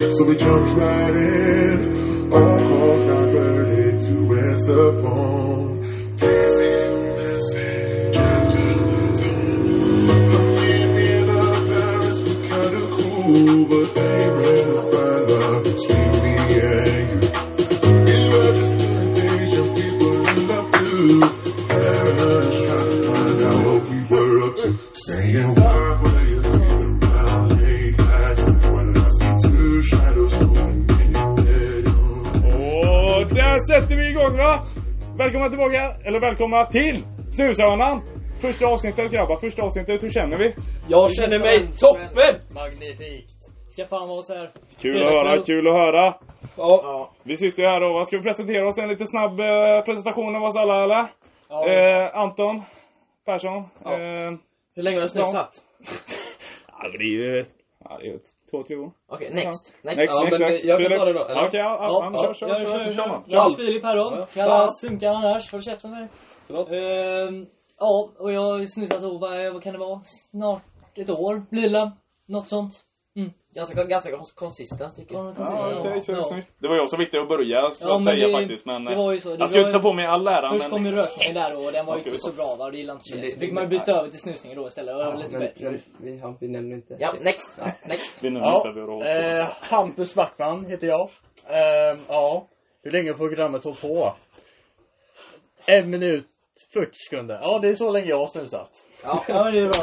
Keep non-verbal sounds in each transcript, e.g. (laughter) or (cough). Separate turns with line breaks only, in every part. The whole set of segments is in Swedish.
so we jumped right in. All calls diverted to answer phone. Pleasing message after the tone. But we in our parents were kinda cool, but they ran to find love between me and you. We were just an Asian people in love too. Parents trying to find out what we were up to. Saying, why were you creeping around late last night when I see two shadows moving in your bedroom?
Och där sätter vi igång va! Välkomna tillbaka, eller välkomna till Snushörnan! Första avsnittet grabbar, första avsnittet, hur känner vi?
Jag känner mig toppen!
Magnifikt! Ska fan vara så här.
Kul att höra, kul att höra!
Ja,
Ja.
Vi sitter ju här och vad ska vi presentera oss? En lite snabb eh, presentation av oss alla eller?
ja.
Eh, Anton Persson.
Ja.
Eh,
Hur länge har du snusat?
ja, det är ju... Ja, det är ju två, tre år.
Okej, next. Next.
Next,
Ja,
next,
men,
next.
eh, jag kan
Filip.
ta det då, eller?
Okej, ja, ja, kör, kör, kör, kör, man.
Alf.
Jag Filip Herron,
Fan.
kallas Sunkan annars, får du käften med dig.
Förlåt?
Ehm, Ja, och jag har ju snusat och vad, vad kan det vara? Snart ett år blir det. Något sånt. Mm.
Ganska, ganska kons- konsistent tycker jag.
Ja,
Ja,
konsistigt.
okej, så-
Ja.
snyggt. Det var jag som fick dig att börja så
Ja,
att
men
säga
det-
faktiskt men... eh,
Det var ju så. Det
Jag ska inte
var-
ta på mig all ära
Först kom
men...
ju rökningen där och den var
Vad
ju inte
ska vi
så bra va, det gillade inte
Men det-
tjejer. Fick man ju byta över till snusningen då istället, det var lite bättre.
men vi, ja, vi nämner inte.
Ja, next. (laughs) next.
Vi nu
Ja,
hittar vi och
eh, Hampus Backman heter jag. Eh, ja, hur länge har programmet hållit på? En minut, 40 sekunder. Ja, det är så länge jag har snusat.
Ja,
Ja men det är bra.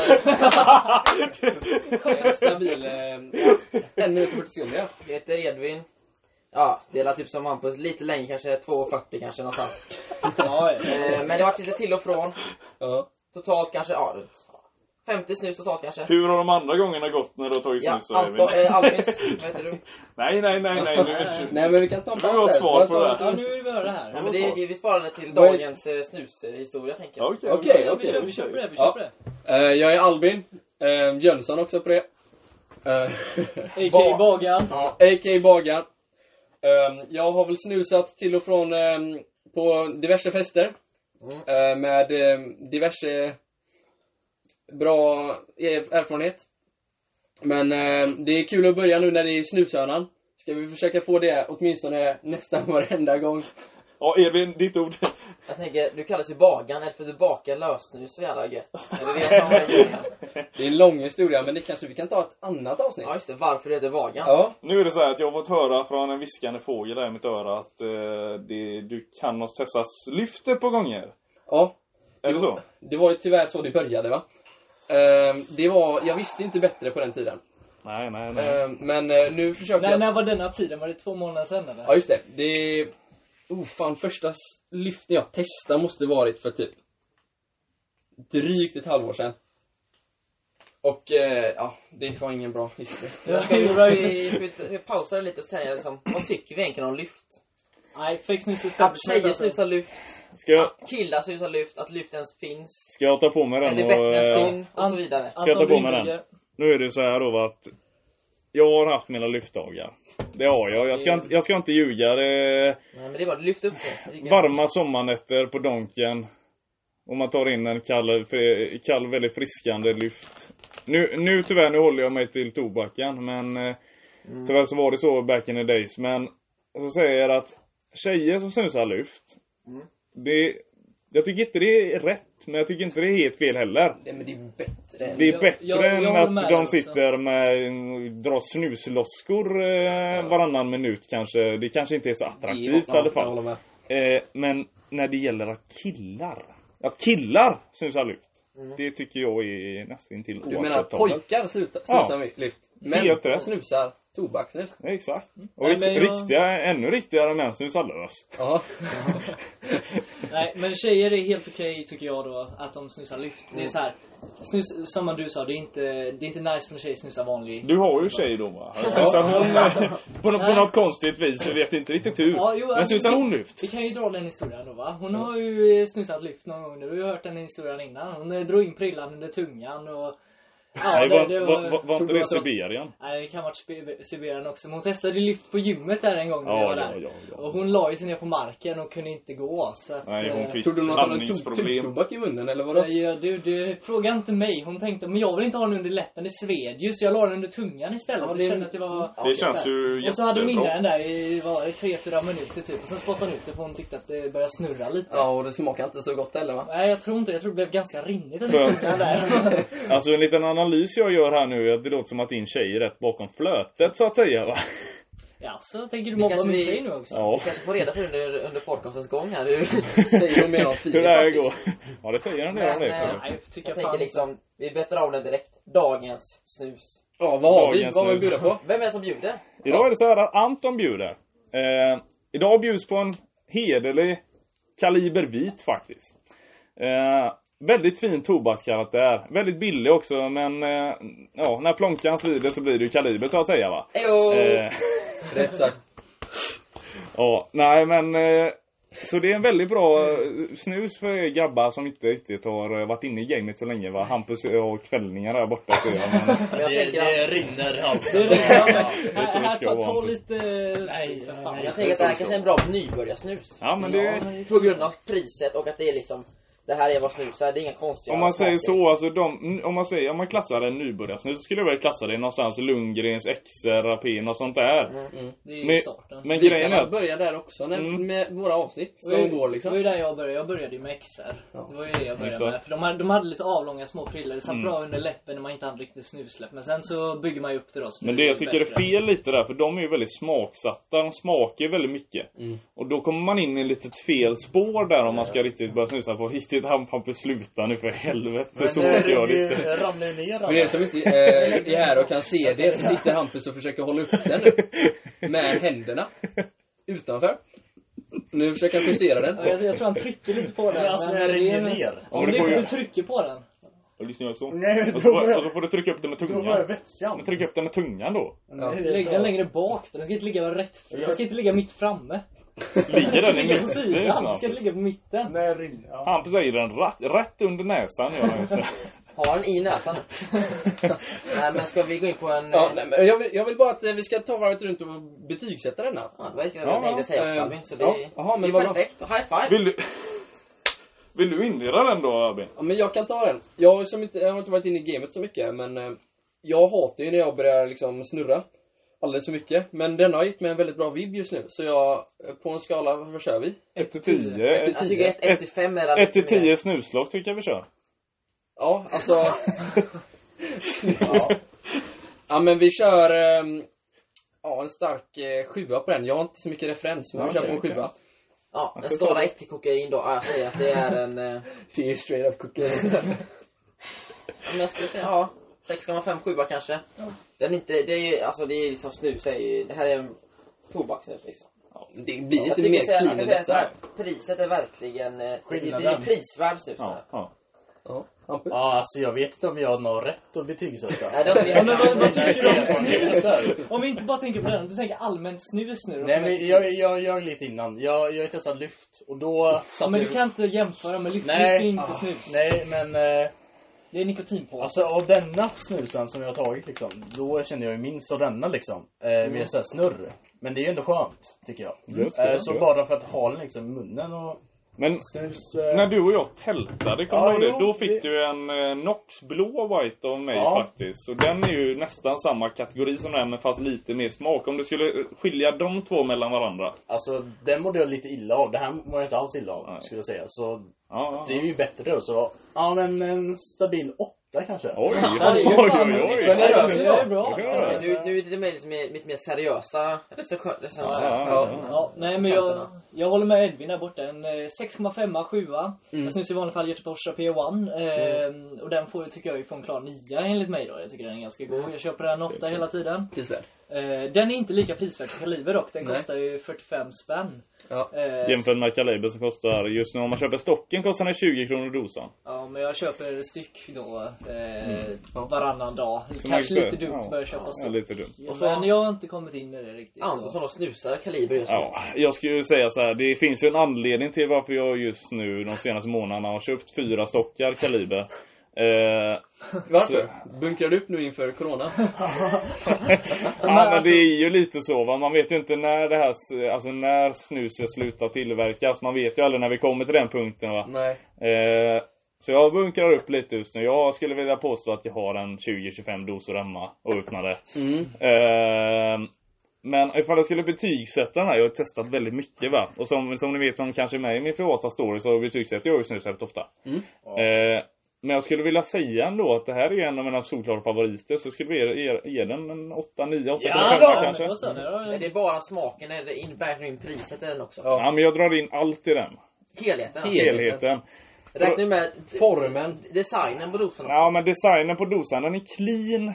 en stabil... eh, ja. En minut och 40 sekunder ja. Jag heter Edvin. Ja, delar typ som Hampus. Lite längre kanske, 2,40 kanske någonstans.
Ja, ja.
Eh, Men det har varit lite till och från.
Ja.
Totalt kanske, ja runt 50 snus totalt kanske.
Hur har de andra gångerna gått när du har tagit
Ja,
snus? Evin?
Anton,
(laughs)
eh, Albins, vad heter du?
Nej, nej, nej, nej.
(laughs)
Nu,
Nej men vi kan ta en
Nu har vi
paus
ett
där.
svar
Vad
på
sa
det
du
här.
att
ja,
du-
nu är vi över det här.
Ja, men det, vi sparar det till
Vad är-
dagens eh, snushistoria tänker jag.
Okej,
Okej,
Vi kör,
okej.
vi kör på det, vi
Ja.
kör på det.
Eh, Jag är Albin. Eh, Jönsson också på det. Eh, (laughs)
A.k.a. Bagan.
A.k.a. Bagan. Eh, Jag har väl snusat till och från eh, på diverse fester.
Mm.
eh, Med eh, diverse bra er- erfarenhet. Men eh, det är kul att börja nu när det är snushörnan. Ska vi försöka få det åtminstone nästan varenda gång.
Ja, Evin, ditt ord. (laughs)
Jag tänker, du kallas ju Bagan, eller för att du bakar lössnus så jävla
(laughs)
gött. Eller vet man vad det är?
Det är en lång historia men det kanske vi kan ta ett annat avsnitt.
Ja just det, varför du heter Vagan.
Ja.
Nu är det så här att jag har fått höra från en viskande fågel där i mitt öra att eh, det, du kan oss testa lyft ett par gånger.
Ja.
Är det så?
Det var ju tyvärr så det började va? Ehm, det var, jag visste inte bättre på den tiden.
Nej, nej,
Ehm, men eh, nu försöker
När,
jag.
när var denna tiden? Var det två månader sedan eller?
Ja just det. Det är... Oh fan, första s- lyften jag testade måste varit för typ drygt ett halvår sedan. Och eh, ja, det var ingen bra historia.
Jag ska vi, ska vi, ska vi, ska vi pausa det lite och säga liksom, vad tycker vi egentligen om lyft?
Nej, fake snus och
Att tjejer snusar lyft,
Ska jag,
att killar snusar lyft, att lyft ens finns.
ska jag ta på mig
Är
den
det
och...
bättre än
eh,
synd? Och så vidare.
Ska jag ta på mig den? Nu är det så här då va, att jag har haft mina lyftdagar. Det har jag. Jag ska
Eh.
inte, jag ska inte ljuga. Det,
Nej men det är bara, lyft upp det. Jag tycker-
Varma sommarnätter på Donken. Och man tar in en kall, fri- kall väldigt friskande lyft. Nu, nu tyvärr, nu håller jag mig till tobaken men eh,
Mm.
Tyvärr så var det så back in the days men Så säger jag att Tjejer som snusar lyft
Mm.
Det Jag tycker inte det är rätt men jag tycker inte det är helt fel heller
Nej men det är bättre. än-
det är
Jag-
bättre
jag- jag håller
än
med
att
dig
de
också.
sitter med, en- drar snusloskor eh, varannan minut kanske. Det kanske inte är så attraktivt
Ja,
i alla
jag håller
fall.
med.
Eh, men när det gäller att killar, att killar snusar luft. Det tycker jag är nästan till
Du menar
oacceptabelt.
pojkar slutar
Ja.
sluta med lyft? Men
Helt rätt.
snusar tobaksnus?
Ja, Exakt. Och
Mm. Nej, men jag-
riktiga, ännu riktigare män snusar lös.
Ja.
Nej, men tjejer är helt okej tycker jag då att de snusar lyft. Det är så här, snus, som du sa, det är inte, det är inte nice när en tjej snusar vanlig.
Du har ju tjej då (laughs) va? Snusar hon (laughs) eh, på, nå- på
Nej.
något konstigt vis, jag vet inte riktigt hur.
Ja, jo, ja,
men snusar
det-
hon luft?
Vi kan ju dra den historien då va. Hon har ju eh, snusat lyft någon gång. Du har ju hört den historien innan. Hon eh, drog in prillan under tungan och Ja,
Nej, var,
det,
det
det
var, var, var
tror
inte
jag
det
att det var-
Sibirien?
Nej, det kan ha varit Sib- Sibirien också. Men hon testade lyft på gymmet där en gång när jag
Ja,
var
ja,
där.
ja. ja.
Och hon la ju sig ner på marken och kunde inte gå. Så att,
Nej, hon
eh,
fick
Tror du någon hade tog-
andningsproblem.
tuggtobak i munnen eller vadå?
Ja, ja, du, du, fråga inte mig. Hon tänkte, men jag vill inte ha den under läppen, det sved ju. Så jag la den under tungan istället.
Ja,
och
det-
kände att det
Mm.
var...
Det känns ju
Och så hade hon inne
jättebra.
den där i, vad var det, tre, fyra minuter typ. Och sen spottade hon ut det för hon tyckte att det började snurra lite.
Ja, och det smakar inte så gott heller va?
Nej, jag tror inte det. Jag tror det blev ganska rinnigt under (laughs)
Skönt.
tungan där.
Alltså en liten analys jag gör här nu är att det låter som att din tjej är rätt bakom flötet så att säga va?
Ja, så tänker du
Det
mobba
kanske
min
vi-
tjej nu också?
Ja.
Kanske får reda på det under, under podcastens gång här. Du.
(laughs) Säger hon mer om
Hur det här
Filip
går. Ja det säger den redan det.
Men, eh,
tror jag.
Nej, jag tycker
Jag
jag fan
tänker
inte.
liksom, vi betar av den direkt. Dagens snus.
Ja, vad har vi?
Dagens
Vad har
nu.
vi bjuda på?
Vem är det som bjuder?
Idag är det så här att Anton bjuder. Eh, idag bjuds på en hederlig kaliber vit faktiskt. Eh, väldigt fin tobakskaraktär. Väldigt billig också men eh, ja, när plånkan svider så blir det ju kaliber så att säga va.
Ejo!
Eh,
(laughs) Rätt sagt.
Ja, nej men eh, Så det är en väldigt bra eh, snus för er grabbar som inte riktigt har eh, varit inne i gamet så länge va Hampus eh, har kvällningar där borta ser jag men
Men jag
Det,
tänker att...
det rinner
Det
halsen.
är det.
Ja,
det är så
Här,
det
här
ska
ta, ta
vara.
lite...
Nej,
för
nej,
Jag
fan.
tänker att det här kanske är en bra nybörjarsnus.
Ja men det
På grund av priset och att det är liksom Det här är vad snus är, det är inga konstiga
Om man
smaker.
säger så alltså de, om man säger, om man klassar en nybörjarsnus så skulle jag väl klassa det någonstans Lundgrens, XR, Rapin och sånt där
Mm.
Det är ju
Men-
starten.
Men
Vi kan
grejen är
väl
att
börja där också när,
Mm.
med våra avsnitt
Det var ju-
som går
Det var
liksom.
ju där jag började. Jag började ju med XR.
Ja.
Det var ju det jag började
Exakt.
med. För de hade, de hade lite avlånga små prillar. Det satt
Mm.
bra under läppen när man inte hade riktigt snusläpp. Men sen så bygger man ju upp det då. så
Men det
blir
jag tycker är
bättre.
fel lite där för de är ju väldigt smaksatta, de smakar ju väldigt mycket
Mm.
Och då kommer man in i lite fel spår där om man ska riktigt börja snusa på riktigt Hampus sluta nu för helvete så
det
orkar jag
rinner-
inte
ramlar ju ner
För er
alla.
som inte (laughs) eh, är här och kan se det så sitter Hampus och försöker hålla upp den nu. Med händerna. Utanför. Nu försöker han justera den.
Ja, jag, jag tror han trycker lite på den.
Men alltså
men
det här
det är-
rinner ner.
Ja,
Om
men
du,
det får
du
jag.
trycker på den.
Jag lyssnar jag så.
Nej,
Och
då
så, får, och
börjar
så får du trycka upp det med
då börjar
tungan.
vätskan.
Men tryck upp det med tungan då.
Ja.
Nej, det är
Lägg den
bra.
längre bak. Den ska inte ligga rätt. Den ska inte ligga mitt framme.
Ligger den i
ligga på
mitten
sidan.
just nu
Den ska
Hampus?
ligga på mitten.
Nej, rinner. Ja.
Hampus säger den rätt, rätt under näsan gör han just nu.
Har den i näsan
(laughs)
nu? Nej men ska vi gå in på en...
Ja,
eh,
nej, men jag, vill, jag vill bara att eh, vi ska ta varvet runt och betygsätta den här.
Ja, det var ju det
Ja,
jag tänkte säga också
eh,
Albin, så det,
ja, jaha, men
det är
vadå?
perfekt. High five!
Vill du... Vill du inleda den då Albin?
Ja, men jag kan ta den. Jag, har som inte, jag har inte varit inne i gamet så mycket, men eh, jag hatar ju när jag börjar liksom snurra alldeles för mycket. Men den har gett mig en väldigt bra vibb just nu, så jag, eh, på en skala, vad kör vi? eh,
1 till 10.
alltså, Jag tycker 1 till 5 är
1 till
liksom
lite mer.
10 snuslag tycker jag vi kör.
Ja, (laughs) alltså... ja. ja, men vi kör... ehm, Ja, en stark eh, sjua på den. Jag har inte så mycket referens, men vi
Okej,
kör på en
okej.
sjua.
Ja, en skala 1 till kokain då. Ja, jag säger att det är en... eh,
Det är straight up cookie.
Om jag skulle säga, ja. 6,5 7 kanske. Den är inte, det är ju, alltså det är liksom snus, är ju, det här är en tobaksnus liksom.
(laughs) Det blir
Jag
lite
tycker
mer
så här- jag kan
clean i
säga så
detta.
här, priset är verkligen, eh, det det blir
Skillnaden.
prisvärd typ, snus
Ja,
ja.
ja.
Ja, Hampus?
Ja, alltså jag vet inte om jag har något rätt att betygsätta.
Nej, det har inte jag.
men vad- vad tycker du om
snusar?
Om vi inte bara tänker på den. Om du tänker allmänt snus nu. då.
Nej, men jag, jag, jag lite innan. Jag, jag har testat lyft och då
Ja,
satt
men
jag-
du kan inte jämföra med lyft. Lyft är
Nej,
inte
ah,
snus.
nej men eh,
Det är nikotin på.
alltså av denna snusen som jag har tagit liksom, då känner jag ju minst av denna liksom. Eh, mer såhär snurr. Men det är ju ändå skönt, tycker jag.
Just Mm. det,
Eh, så
ja.
bara för att ha den liksom i munnen och
Men
snus... Eh,
när du och jag tältade, kommer
Ja,
du ihåg det?
jo,
Då fick
det-
du en eh, Nox blå white av mig
Ja.
faktiskt. Och den är ju nästan samma kategori som den men fast lite mer smak. Om du skulle eh, skilja de två mellan varandra.
Alltså, den mådde jag lite illa av. Det här mår jag inte alls illa av,
Nej.
skulle jag säga. Så
Ja,
det
ja.
är ju bättre då. Så, ja men en stabil åtta kanske.
Oj,
det
oj,
är ju
oj,
fan-
oj.
det är ju-
det är bra.
Det är bra.
Men nu, nu är det mer, liksom, mer- lite mer seriösa recensioner.
Ja, ja, ja.
Ja, nej men jag,
Presenterna.
jag håller med Edvin där borta. En eh, 6,5 7
Mm.
Jag syns i vanliga fall Göteborgs P1. Eh, Och den får, tycker jag ju få en klar 9 enligt mig då. Jag tycker den är ganska god.
Mm.
Jag köper den ofta hela tiden.
Prisvärd.
Eh, den är inte lika prisvärd som Kaliber dock. Den
Nej.
kostar ju 45 spänn.
Ja.
Eh,
Jämfört med Kaliber som kostar, just nu om man köper stocken kostar den 20 kronor dosan.
ja, men jag köper styck då eh,
Ja.
varannan dag.
man
Kanske
inte-
lite dumt
ja.
att börja köpa
Det är
styck.
lite dumt.
Ja,
Och så-
men jag har inte kommit in i det riktigt. så-
Antonsson och snusar kaliber just nu.
Ja, jag skulle ju säga så här. Det finns ju en anledning till varför jag just nu de senaste månaderna har köpt fyra stockar kaliber. Eh,
Varför? Bunkrar du upp nu inför corona?
ja, men det är ju lite så va. Man vet ju inte när det här, s- alltså när snuset slutar tillverkas. Man vet ju aldrig när vi kommer till den punkten va.
(laughs) Nej.
Eh, så jag bunkrar upp lite just nu. Jag skulle vilja påstå att jag har en 20-25 doser hemma och öppnade.
Mm.
Eh, men ifall jag skulle betygsätta den här, jag har testat väldigt mycket va. Och som, som ni vet som kanske är med i min privata story så betygsätter jag ju snus väldigt ofta.
Mm.
Eh, men jag skulle vilja säga ändå att det här är en av mina solklara favoriter. Så jag skulle ge, ge, ge den en 8, 9, 8,
Ja,
då,
men
kanske.
då så. Det
Men det
var...
är bara smaken, eller in- verkligen in priset i den också.
Ja.
Ja men jag drar in allt i den.
Helheten. alltså.
Helheten.
Helheten.
Räkna ju med
Formen.
designen på dosan också.
Ja men designen på dosan, den är clean.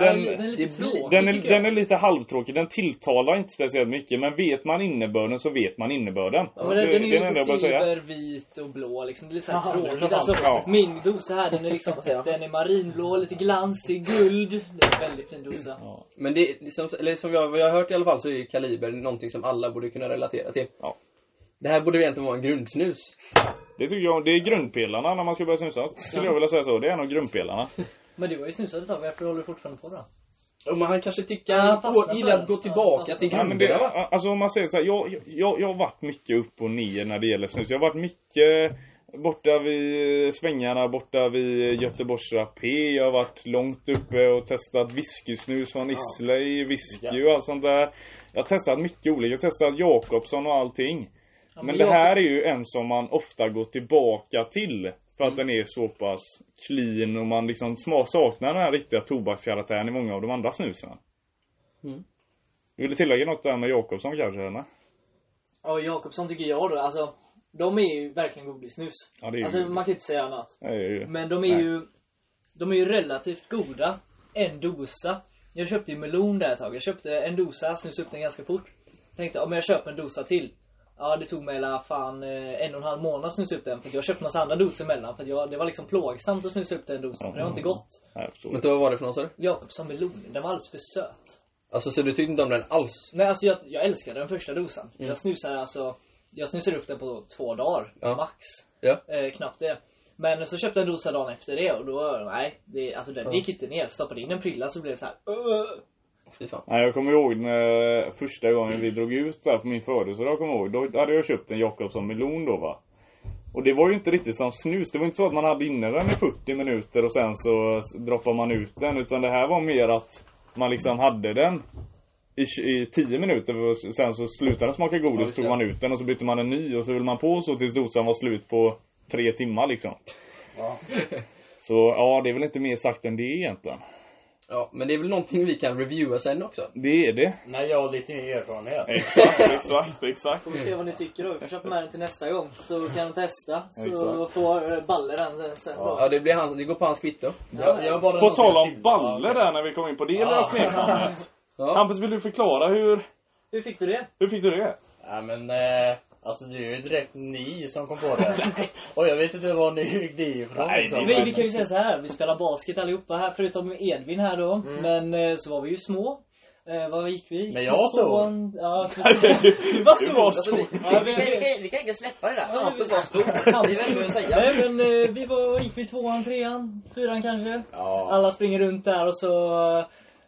Den,
Den-
den är lite
det blir-
tråkig
Den är,
tycker jag.
den är lite halvtråkig, den tilltalar inte speciellt mycket. Men vet man innebörden så vet man innebörden.
Ja, men den, den är
det
ju
det enda jag
lite
bör säga.
silver, vit och blå liksom. Det är lite såhär
Ja, det är
tråkigt.
klart.
Alltså,
Ja.
Min dosa här den är
(laughs)
liksom,
Ja.
den är marinblå, lite glansig, guld. Det är en väldigt fin dosa.
Men det, det som, eller som jag, vad jag har hört i alla fall så är ju kaliber någonting som alla borde kunna relatera till.
Ja.
Det här borde egentligen vara en grundsnus.
Det tycker jag, det är grundpelarna när man ska börja snusa. Skulle jag vilja säga så. Det är en av
(laughs)
grundpelarna.
Men du var ju snusad ett tag, varför håller du fortfarande på då?
Och man kanske tycker
Ja,
att
fastnar
han gillar
på
att gå
det.
tillbaka
Ja,
till
Nej, men
grunderna
det,
va?
alltså om man säger så här, jag, jag, jag har varit mycket upp och ner när det gäller snus. Jag har varit mycket borta vid svängarna, borta vid Göteborgs Rapé. Jag har varit långt uppe och testat whiskysnus från Islay, whisky och allt sånt där. Jag har testat mycket olika. Jag har testat Jakobsson och allting.
Ja,
Men det
jag-
här är ju en som man ofta går tillbaka till. För
Mm.
att den är så pass clean och man liksom sma- saknar den här riktiga tobakskaraktären i många av de andra snusen.
Mm.
Du ville tillägga något där med Jakobsson kanske? Eller?
Ja, Jakobsson tycker jag då, alltså. De är ju verkligen godisnus.
Ja, det är ju-
Alltså man kan inte säga annat.
Det är ju-
Men de är
Nej.
ju De är ju relativt goda En dosa Jag köpte ju melon där ett tag Jag köpte en dosa, snusade upp den ganska fort Tänkte, om jag köper en dosa till Ja det tog mig la fan eh, en och en halv månad att snusa upp den För att jag köpte massa andra doser emellan För att jag, det var liksom plågsamt att snusa upp den dosan För det var inte gott
Nej, jag förstår.
Vänta, vad var det för någon sa du?
Jakobsson melon, den var alldeles för söt
Alltså så du tyckte inte om den alls?
Nej alltså jag, jag älskade den första dosan
Mm.
Jag snusade alltså Jag snusade upp den på två dagar
Ja.
max
Ja.
eh, Knappt det Men så köpte jag en dosa dagen efter det och då, nej det, Alltså den
Ja.
gick inte ner, stoppade in en prilla så blev det så här. "Åh."
Fy fan.
Nej, jag kommer ihåg när första gången vi drog ut där på min födelsedag, kommer jag ihåg. Då hade jag köpt en Jakobsson melon då va. Och det var ju inte riktigt som snus. Det var inte så att man hade inne den i 40 minuter och sen så s- droppar man ut den. Utan det här var mer att man liksom hade den i, tj- i 10 minuter och s- sen så slutade den smaka
Ja,
godis.
just
så tog
det.
man ut den och så bytte man en ny och så höll man på så tills dosan var slut på tre timmar liksom. Så ja, det är väl inte mer sagt än det egentligen.
Ja, men det är väl någonting vi kan reviewa sen också?
Det är det.
När jag har lite mer
(laughs)
erfarenhet.
Exakt, exakt, exakt.
Får vi se vad ni tycker då, vi får köpa med den till nästa gång så kan de testa så
Exakt.
får eh, Balle den sen- sen då.
Ja, det, blir han, det går på hans kvitto.
Jag, jag har bara
På
någonting
tal
till.
om baller där när vi kom in på det lilla smeknamnet.
Ja.
Hampus, vill du förklara hur,
Hur fick du det?
hur fick du det?
Ja men, eh, alltså det är ju direkt ni som kom på
(laughs)
det. och jag vet inte var ni fick det ifrån
Nej,
liksom.
det
Vi, vi kan ju säga så här, vi spelar basket allihopa här förutom Edvin här då. Men eh, så var vi ju små. Eh, vad gick vi?
Men jag var stor.
Tvåan- Ja,
Du
var stor.
Alltså, vi, vi, vi,
Ja,
kan- vi, kan- vi kan inte släppa det där.
Ja,
Hampus
vi-
var stor. (laughs) Det är väl vad jag säger.
Nej men eh, vi var, gick vi tvåan, trean, fyran kanske.
Ja.
Alla springer runt där och så... eh,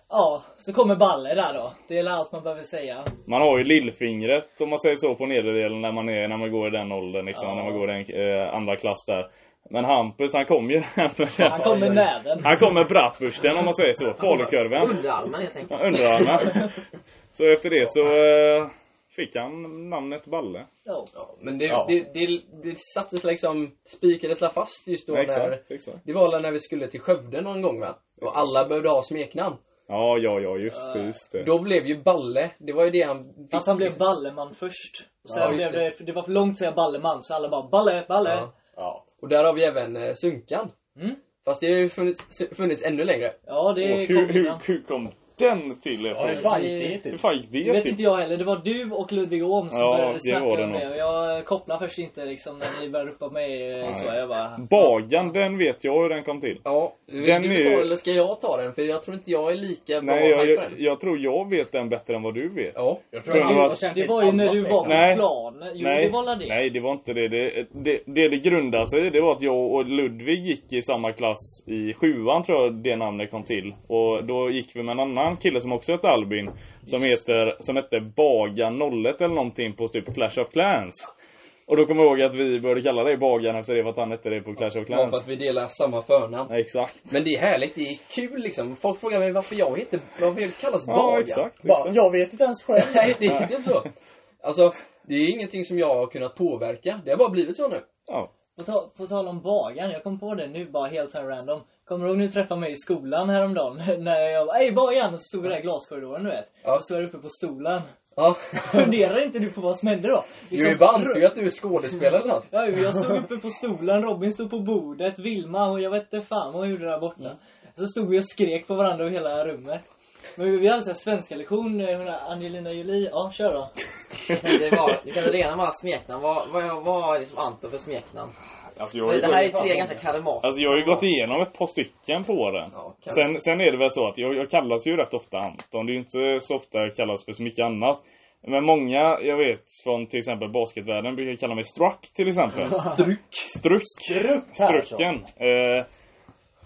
Ja, så kommer Balle där då. Det är väl allt man behöver säga.
Man har ju lillfingret om man säger så på nederdelen när man, är, när man går i den åldern liksom,
Ja.
när man går i den eh, andra klass där. Men Hampus han kom ju
Han
han
kom med
oj.
näven.
han kom med bratwursten om man säger så, falukorven.
Underarmen helt enkelt.
Ja, Underarmar. Så efter det så eh, fick han namnet Balle.
Ja.
Ja, men det,
Ja.
det, det, det sattes liksom, spikades la fast just då när,
Exakt, exakt.
det var väl när vi skulle till Skövde någon gång va? Och alla behövde ha smeknamn.
Ja, ja, ja, just det, just det.
Då blev ju Balle, det var ju det han
Fast han blev Balleman först. Och sen
Ja,
blev
just
det, det var för långt att säga Balleman så alla bara Balle, Balle.
Ja.
Ja,
Ja.
Och där har vi även eh, Sunkan.
Mm.
Fast det har ju funnits, funnits ännu längre.
det
Och
kom
hur, hur,
innan.
hur kom den till er
Ja, det
fan.
fan gick det inte.
Hur fan gick
Det
det
vet
till?
inte jag heller. Det var du och Ludvig Åhm som
Ja,
började
det
snacka
var det
om
nog.
det. Och jag kopplade först inte liksom när ni började ropa mig eh,
Nej.
så. Jag bara...
Alltså-
Bagan, den vet jag hur den kom till.
Ja, vill
Den
du
är
ta
ju-
den eller ska jag ta den? För jag tror inte jag är lika bra
Nej, jag,
hype på
jag,
den.
jag tror jag vet den bättre än vad du vet.
Ja.
Jag
tror det var-
känt
Det
ett
var ju när
andas
du var
med.
på
Nej.
planen. Jo, det var väl det.
nej, det var inte det. Det det, det, det grundade sig i, det var att jag och Ludvig gick i samma klass i sjuan, tror jag det namnet kom till. Och då gick vi med en annan kille som också hette Albin. Som, heter, som hette Baga01 eller någonting på typ Clash of Clans. Och då kommer jag ihåg att vi började kalla dig Bagan efter det för att han hette det på Clash of
Bara för att
Clans.
vi delar samma förnamn.
Ja, exakt.
Men det är härligt, det är kul liksom. Folk frågar mig varför jag heter, varför jag kallas Baga.
Ja, exakt.
Bara,
exakt.
jag vet inte ens (laughs) själv.
Nej, det är inte så. Alltså, det är ingenting som jag har kunnat påverka. Det har bara blivit så nu.
Ja.
På, ta- på tal om bagan, jag kom på det nu bara helt så här random. Kommer du ihåg när du träffade mig i skolan häromdagen? (laughs) När jag bara, ey bagan! Och så stod vi där i glaskorridoren du vet.
Ja.
Och så var du uppe på stolen. (laughs)
Ja.
Funderar inte du på vad som hände då?
Du är ju att du är skådespelare eller något.
(laughs) Ja, jo, jag stod uppe på stolen, Robin stod på bordet, Vilma och jag vet inte fan vad hon gjorde där borta. Så stod vi och skrek på varandra i hela rummet. Men vi hade så här svenska lektion, eh, hon här Angelina Jolie, ja kör då.
Det var, du kan rena med alla smeknamn. Vad vad- vad har liksom Anton för smeknamn?
Alltså, jag, har ju-
Det här är tre ganska karismatiska.
alltså, jag har ju gått igenom ett par stycken på den.
Ja, kan-
Sen, sen är det väl så att jag, jag kallas ju rätt ofta Anton. Det är ju inte så ofta jag kallas för så mycket annat. Men många, jag vet från till exempel basketvärlden brukar kalla mig Struck till exempel. Struck. Struck. Strucken. Eh,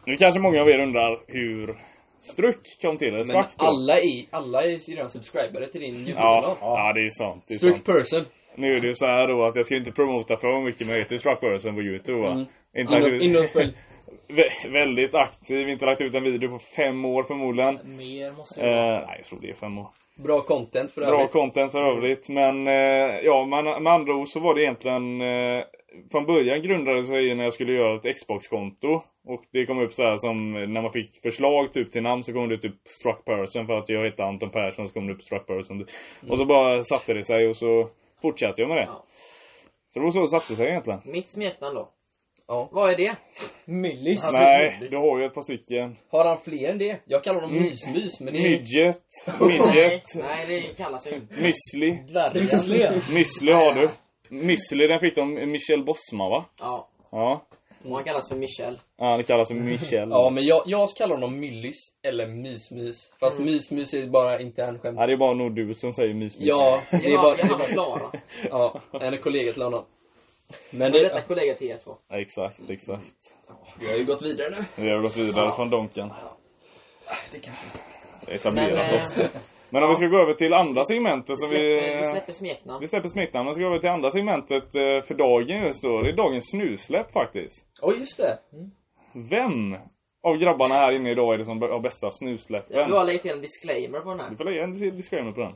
nu kanske många av er undrar hur Struck kom till. Eller
Men
Struck då?
alla är, alla är ju redan subscribare till din
Ja,
YouTube-kanal.
ja, det är sant. Det är
Strict
sant.
person.
Nu är det ju så här då att jag ska inte promota för mycket men jag heter Struck Person på Youtube va?
Mm.
Inte lagt
Inåt-
ut-
Inåtföljd.
vä- väldigt aktiv, inte lagt ut en video på fem år förmodligen.
Mm.
Mer måste jag
Eh, nej, jag tror det är fem år.
Bra content för
Bra
övrigt.
content för övrigt men eh, ja med, med andra ord så var det egentligen eh, Från början grundade det sig när jag skulle göra ett Xbox-konto Och det kom upp så här som eh, när man fick förslag typ till namn så kom det typ Struck Person för att jag hette Anton Persson så kom det upp Struck Person Och så bara satte det sig och så fortsatte jag med det
Mm. Ja.
Så det var så det satte sig egentligen
Mitt smeknamn då? Ja. Vad är det?
Millis.
Alltså,
Nej, du har ju ett par stycken
Har han fler än det? Jag kallar honom
Mm.
Mys-Mys, men det är... (laughs)
Midget,
Nej,
Midget,
nej, det kallas ju inte.
Müsli
Dvärgen.
Pyssle.
Müsli har du Müsli den fick de Michel Bosma va?
Ja.
Ja
Och han kallas för Michel.
Ja, han kallas för Michel.
Ja,
ja,
men jag, jag kallar honom Myllis, eller Mys-Mys. Fast
Mm.
Mys-Mys är bara internskämt.
det är bara nog du som säger mys, mys. (laughs)
Ja, det är bara... Det är bara
Klara.
ja, en kollega till honom.
Men
Men
det, detta
det,
kollega till er två.
Exakt, exakt.
vi har ju gått vidare nu.
Vi har gått vidare från Donken.
Det kanske...
Etablerat
Men, eh,
oss. Men om vi ska gå över till andra segmentet som vi...
Släpper, vi släpper smeknamn.
Vi släpper smeknamn, men ska gå över till andra segmentet eh, för dagen just då. Det är dagens snusläpp faktiskt.
Oj, just det.
Vem av grabbarna här inne idag är det som b- har bästa
Jag
snusläppen?
vill bara lägga till en disclaimer på den
Du
här.
får lägga en till disclaimer på den.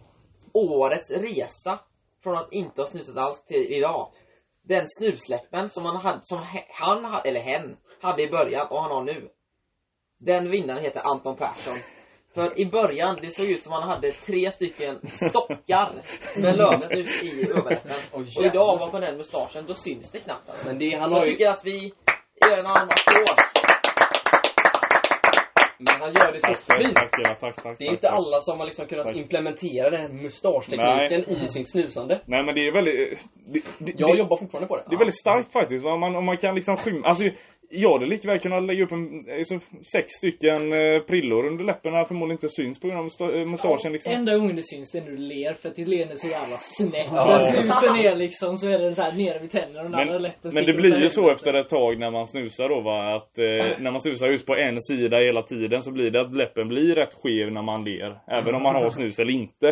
Årets resa från att inte ha snusat alls till idag. Den snusläppen som han hade, som he, han, ha- eller hen, hade i början och han har nu. Den vinnaren heter Anton Persson. För i början, det såg ut som han hade tre stycken stockar med lösnus i överläppen.
Oj,
Och idag, bakom den mustaschen, då syns det knappt alltså.
Men det, han
Så jag
har ju...
tycker att vi gör en arm applåd.
Men han gör det så
Tack, tack,
fint.
tack, killar, tack, tack.
Det är
tack,
inte
tack.
alla som har liksom kunnat
Tack.
implementera den här mustaschtekniken i sitt snusande.
Nej men det är väldigt... Det, det,
Jag
det,
jobbar fortfarande på det.
Det är väldigt starkt faktiskt. Om man, om man kan liksom skymma. Alltså, jag hade lika väl kunnat lägga upp en, liksom, sex stycken eh, prillor under läpparna. Förmodligen inte syns på grund av musta- eh, mustaschen liksom.
Enda gången det syns det är när du ler för att ditt leende är så jävla snett. När snusen är liksom så är den så här nere vid tänderna och den
Men,
andra lätten
men
sticker
det
upp
blir
där
ju
inne.
så efter ett tag när man snusar då va. Att eh, när man snusar just på en sida hela tiden så blir det att läppen blir rätt skev när man ler. Även om man har snus eller inte.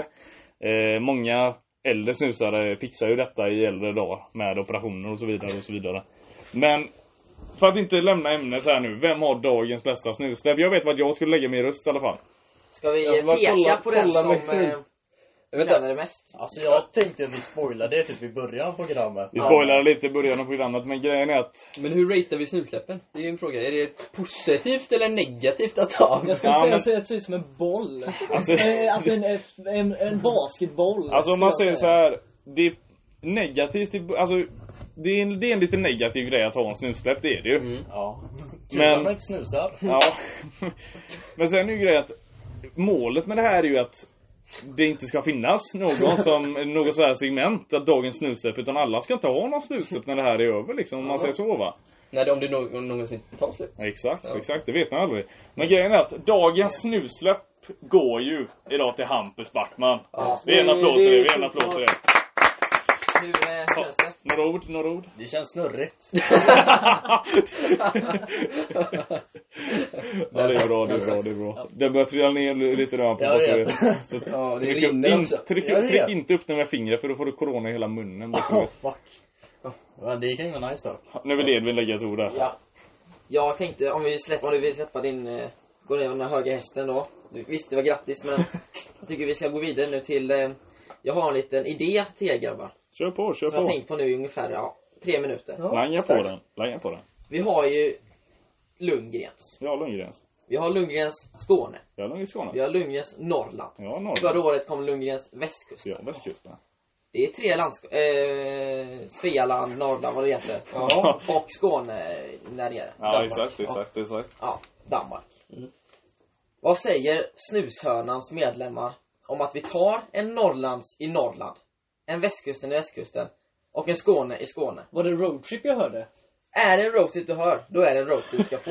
Eh, många äldre snusare fixar ju detta i äldre dag. Med operationer och så vidare och så vidare. Men För att inte lämna ämnet här nu, vem har dagens bästa snusläpp? Jag vet vad jag skulle lägga min röst i alla fall.
Ska vi
Ja, bara
peka
kolla-
på den
kolla
som
med
eh, känner det mest?
Alltså jag tänkte att vi spoilade det typ i början på programmet.
Vi spoilade lite i början av programmet, men grejen är att...
Men hur ratear vi snusläppen? Det är ju en fråga. Är det positivt eller negativt att
(laughs)
ha?
Jag skulle
Ja,
säga
men-
att det ser ut som en boll.
Alltså,
Eh, alltså en, en, en basketboll.
alltså om man
skulle
säger
jag
så här, det är negativt, i- alltså... Det är, en, det är en lite negativ grej att ha en snusläpp, det är det ju.
Mm.
Ja. Tur
Men- (laughs)
att man inte typ, snusar.
Ja. Men sen är ju grejen att målet med det här är ju att det inte ska finnas någon som, något så här segment att dagens snusläpp utan alla ska inte ha någon snusläpp när det här är över liksom om man säger så va?
Nej, det är om det någon, någonsin tar slut.
Exakt,
Ja.
exakt, det vet man aldrig. Men grejen är att dagens snusläpp går ju idag till Hampus Backman.
Ja.
Vi är en applåd till det, vi är en applåd till det.
Hur eh, känns det?
Några ord, några ord.
Det känns snurrigt.
ja, det är bra, det är bra, det är bra. Det börjar trilla ner lite redan på
Jag
basen.
vet.
Så
Ja, det
tryck, upp,
rinner
in,
också.
tryck,
Jag vet.
tryck inte upp den med fingret för då får du corona i hela munnen.
Åh, Oh, fuck. Ja, det kan ju vara nice dock.
Nu vill Edvin lägga ett ord där.
Ja. Jag tänkte om vi släpper, om du vill släppa din, eh, gå ner med den här höga hästen då. Du- Visst det var
(laughs)
grattis men jag tycker vi ska gå vidare nu till, eh, jag har en liten idé till er grabbar.
Kör på, kör
Som jag har
på.
tänkt på nu i ungefär, ja, tre minuter.
Langa på den, langa på den.
Vi har ju Lundgrens.
Ja, Lundgrens.
Vi har Lundgrens Skåne.
Ja, Lundgrens Skåne.
Vi har Lundgrens Norrland.
Ja,
Förra
Norrland.
året kom Lundgrens västkust.
Ja, västkusten.
Det är tre landskap, eh, Svealand, Norrland, vad det heter.
Ja.
Och Skåne eh, där nere.
Ja, exakt, exakt, exakt.
Ja, Danmark. Vad säger Snushörnans medlemmar om att vi tar en Norrlands i Norrland, en västkusten i västkusten och en Skåne i Skåne?
Var det roadtrip jag hörde?
Är det en roadtrip du hör, då är det en roadtrip du ska
(laughs)
få.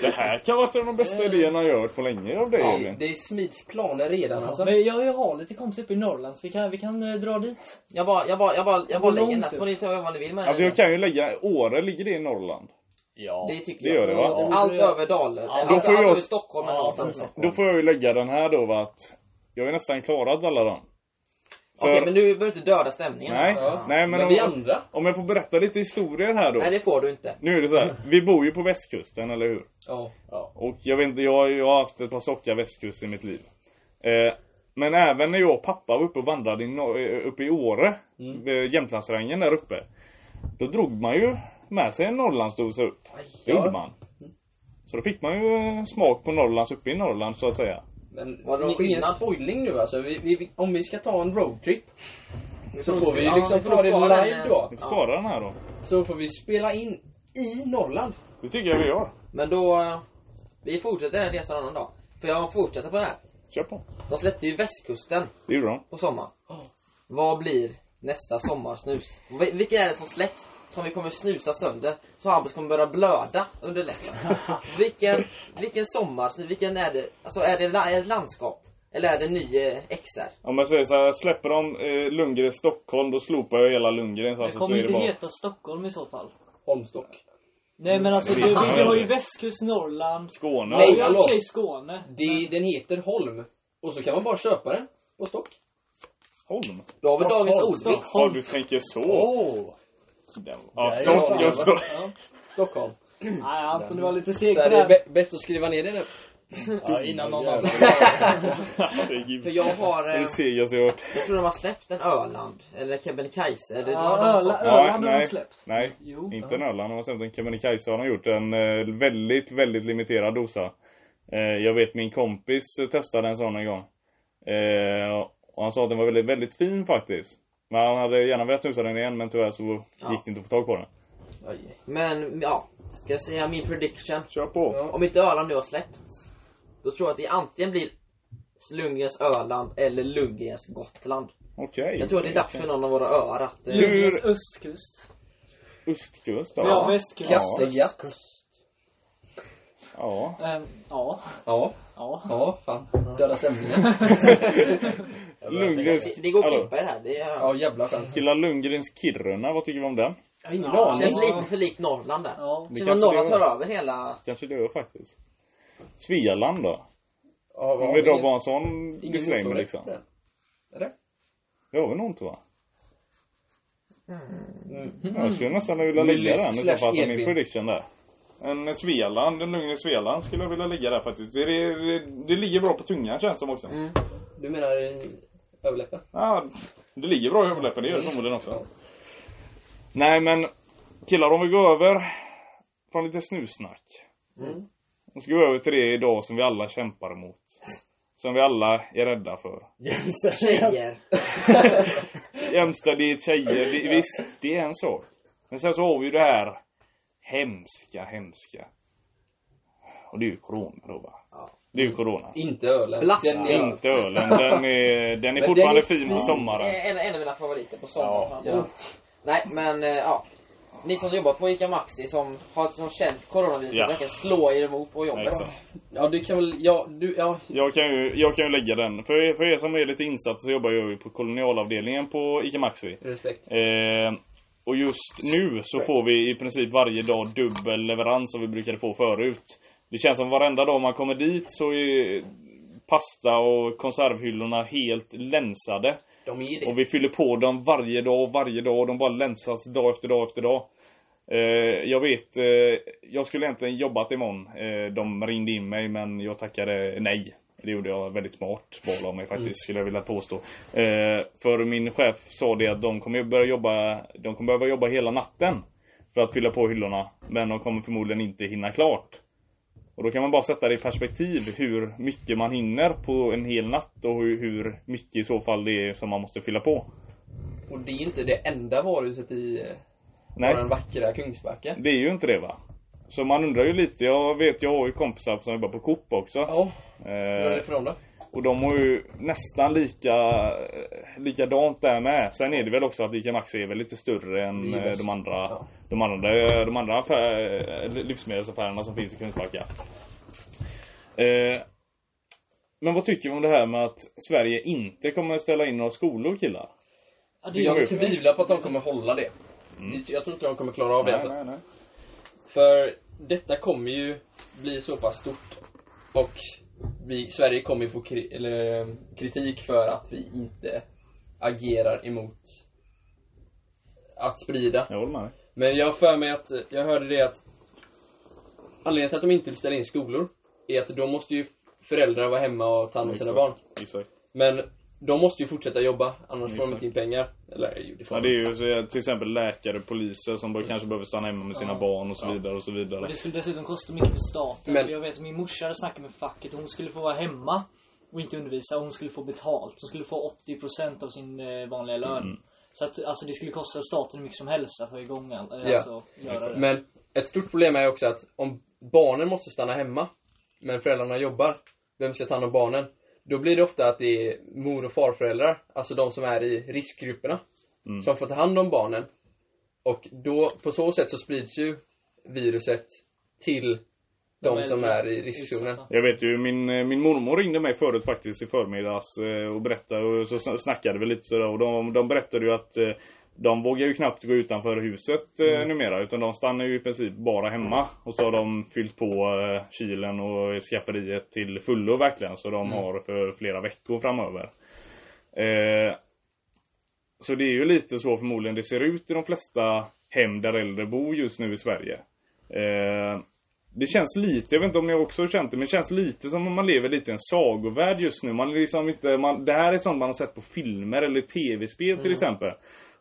Det här kan ha varit en av de bästa idéerna jag hört på länge av dig
Ja,
Edvin.
det smids planer redan alltså.
Men jag, jag har lite kompisar uppe i Norrland så vi kan, vi kan eh, dra dit.
Jag bara, jag bara, jag bara, jag bara
Hur
lägger den
långt
där.
är
får ni ta vad ni vill med
Alltså
den.
jag kan ju lägga, Åre ligger det i Norrland?
Ja.
Det tycker
Det
jag.
gör det va?
Ja.
Allt över Dalen.
Ja,
allt
då får
allt
jag-
över Stockholm men
Ja,
allt annat.
Stockholm.
Då får jag ju lägga den här då va, att jag är nästan klarat alla dem.
Okej,
För-
men nu behöver du inte döda stämningen.
Nej,
Ja.
nej men,
Men vi
om,
andra?
om jag får berätta lite historier här då.
Nej, det får du inte.
Nu är det så här, vi bor ju på västkusten, eller hur?
Ja.
Och jag vet inte, jag, jag har haft ett par stockiga västkust i mitt liv. Eh, men även när jag och pappa var uppe och vandrade i Nor- eh, uppe i Åre, mm. Jämtlandsrängen där uppe. Då drog man ju med sig en Norrlandsdosa upp. Det gjorde man. Så då fick man ju eh, smak på Norrlands uppe i Norrland så att säga.
Men
Var det någon
ni- ingen
skillnad?
spoiling nu alltså. Vi, vi, om vi ska ta en roadtrip så
får
får vi
spela- ja,
liksom
vi får
ta det
spara den,
live
eh,
då.
Vi får
Ja.
spara den här då.
Så får vi spela in i Norrland.
Det tycker jag vi gör.
Men då... eh, Vi fortsätter den här resan en annan dag. För jag fortsätter på den här.
Kör på.
De släppte ju västkusten
Det gjorde de.
på sommaren. Vad blir nästa sommarsnus? Vil- Vilken är det som släpps som vi kommer snusa sönder så Hampus kommer börja blöda under
(laughs)
läppen? vilken, vilken sommarsnus? Vilken är det? Alltså är det la, är det ett landskap? Eller är det en ny eh, XR?
Om jag säger så här, släpper de eh, Lundgren i Stockholm då slopar jag hela Lundgren. Så
Det
alltså, så
kommer
är det
inte
bara...
heta Stockholm i så fall.
Holmstock.
Nej men alltså
Det
du,
vet
du,
jag
du har ju
inte.
västkust, Norrland.
Skåne.
Nej,
Nej,
jag har i och
hallå.
för sig Skåne.
Det, den heter Holm. Och så kan man bara köpa den på stock.
Holm.
Då har vi dagens
Stockholm.
ordvits.
Ja, du tänker så.
Åh!
Ja,
Ja,
stock,
ja,
jag
ja.
stock.
Stockholm.
Nej Anton du var lite seg på
Så här,
det
det är
här.
bä- bäst att skriva ner
(laughs)
det nu.
Ja, innan någon annan.
(laughs) Herregud.
För jag har...
Det är
Eh,
det segaste jag hört.
jag tror de har släppt en Öland. Eller Kebnekaise. Eller det var
Ja,
någon
Öla,
sån.
Öland har de
nej,
släppt.
nej.
Jo.
Inte en Öland, de har släppt en Kebnekaise har de gjort en eh, väldigt, väldigt limiterad dosa. Eh, jag vet min kompis eh, testade en sån en gång. Eh, och han sa att den var väldigt, väldigt fin faktiskt. Men han hade gärna velat snusa den igen men tyvärr så
Ja.
gick det inte att få tag på den.
Men ja, ska jag säga min prediction?
Kör på. Ja.
Om inte Öland nu har släppts Då tror jag att det antingen blir Lundgrens Öland eller Lundgrens Gotland
Okej.
Jag tror att det är dags för någon av våra öar att eh,
Luleås östkust.
Östkust då?
Ja,
Ja.
västkust.
Ja.
Kattegatt.
ja.
Ehm, ja.
Ja,
Ja.
ja, fan. Döda stämningen.
Lundgrens...
det- Det går att
Hallå.
klippa i det här, det är,
Ja, jävla chans.
Killar Lundgrens Kiruna, vad tycker vi om den?
Jag har ingen
Ja.
aning.
känns lite för likt Norrland där
ja.
Känns som att
kanske
Norrland
det
tar
gör.
över hela
Kanske det gör faktiskt. Svealand då?
Ja,
Om
ja,
vi drar
ingen-
bara en sån
ingen
disclaimer
motorrätt
liksom.
på den. Eller?
Det har vi nog inte va? Ja, Jag skulle nästan vilja
Mm.
lägga den i så
Slash
fall som min
Edvin.
prediction där. En Svealand, en Lugn i Svealand skulle jag vilja lägga där faktiskt. Det, det, det ligger bra på tungan känns det som också.
Mm.
Du menar i överläppen?
Ja, det ligger bra i överläppen, det gör det
Mm.
förmodligen också. Nej men, killar om vi går över från lite snusnack.
Mm.
Då ska vi över till det idag som vi alla kämpar emot. Som vi alla är rädda för.
tjejer
Jämställdhet, tjejer, vi, visst det är en sak. Men sen så har vi ju det här hemska, hemska. Och det är ju corona då va?
Ja.
Det är ju corona.
Inte ölen.
Blasta.
Den är
Inte ölen. Den är, den är
den
fortfarande
är
fin på
fin.
sommaren.
Eh, En, en av mina favoriter på sommaren.
Ja.
Nej, men eh, ja. Ni som jobbar på ICA Maxi som har som känt coronaviruset,
Ja.
verkar slå er emot på
Nej,
jobbet.
exakt.
Ja, du kan väl... Ja, du... Ja.
Jag kan ju, jag kan ju lägga den. För er, för er som är lite insatt så jobbar jag ju på kolonialavdelningen på ICA Maxi.
Respekt.
Eh, och just nu så får vi i princip varje dag dubbel leverans som vi brukade få förut. Det känns som varenda dag man kommer dit så är pasta och konservhyllorna helt länsade.
De är ju det.
Och vi fyller på dem varje dag och varje dag och de bara länsas dag efter dag efter dag. Eh, jag vet, eh, jag skulle egentligen jobbat imorgon. Eh, de ringde in mig men jag tackade nej. Det gjorde jag väldigt smart val av mig faktiskt, skulle jag vilja påstå. Eh, för min chef sa det att de kommer börja jobba, de kommer behöva jobba hela natten. För att fylla på hyllorna. Men de kommer förmodligen inte hinna klart. Och då kan man bara sätta det i perspektiv hur mycket man hinner på en hel natt och hur, hur mycket i så fall det är som man måste fylla på.
Och det är inte det enda varuhuset i eh,
Nej,
vår vackra Kungsbacka.
det är ju inte det va? Så man undrar ju lite. Jag vet, jag har ju kompisar som jobbar på Coop också.
Ja, hur är
Eh,
det för dem då?
och de har ju nästan lika eh, likadant där med. Sen är det väl också att Ica Maxi är väl lite större än
Det
eh,
är bäst.
de andra,
Ja.
de andra, de andra affär, eh, livsmedelsaffärerna som finns i Kungsbacka. Eh, men vad tycker vi om det här med att Sverige inte kommer att ställa in några skolor killar?
Ja, det
går
Jag
ju.
tvivlar på att de kommer hålla det. Det- Jag tror inte de kommer klara av det. alltså.
Mm. nej.
För detta kommer ju bli så pass stort och vi, Sverige kommer ju få kri, eller, eh, kritik för att vi inte agerar emot att sprida.
Jag håller med dig.
Men jag har för mig att, jag hörde det att anledningen till att de inte vill ställa in skolor är att då måste ju föräldrar vara hemma och ta hand om sina
Exakt.
barn.
Exakt.
Men de måste ju fortsätta jobba, annars får de
Exakt.
inte in pengar. Eller jo, det får
Ja,
de.
det är ju så- till exempel läkare, poliser som bara kanske behöver stanna hemma med sina barn och så vidare och så vidare.
Och det skulle dessutom kosta mycket för staten.
Men-
Men... Jag vet att min morsa hade snackat med facket. Hon skulle få vara hemma och inte undervisa. Och hon skulle få betalt. Hon skulle få 80% av sin eh, vanliga lön.
Mm.
Så att, alltså, det skulle kosta staten hur mycket som helst att ha igång all, eh,
Ja.
alltså, göra det.
Men ett stort problem är också att om barnen måste stanna hemma, men föräldrarna jobbar, vem ska ta hand om barnen? Då blir det ofta att det är mor och farföräldrar, alltså de som är i riskgrupperna,
Mm.
som får ta hand om barnen. Och då, på så sätt så sprids ju viruset till de,
äldre,
som är i riskzonen.
utsatta.
Jag vet ju, min, eh, min mormor ringde mig förut faktiskt i förmiddags eh, och berättade och så sn- snackade vi lite sådär och de, de berättade ju att eh, de vågar ju knappt gå utanför huset eh, numera utan de stannar ju i princip bara hemma. Och så har de fyllt på eh, kylen och skafferiet till fullo verkligen så de har för flera veckor framöver. Eh, så det är ju lite så förmodligen det ser ut i de flesta hem där äldre bor just nu i Sverige. Eh, det känns lite, jag vet inte om jag också har känt det, men det känns lite som om man lever lite i en sagovärld just nu. Man är liksom inte, man, det här är sånt man har sett på filmer eller tv-spel till exempel.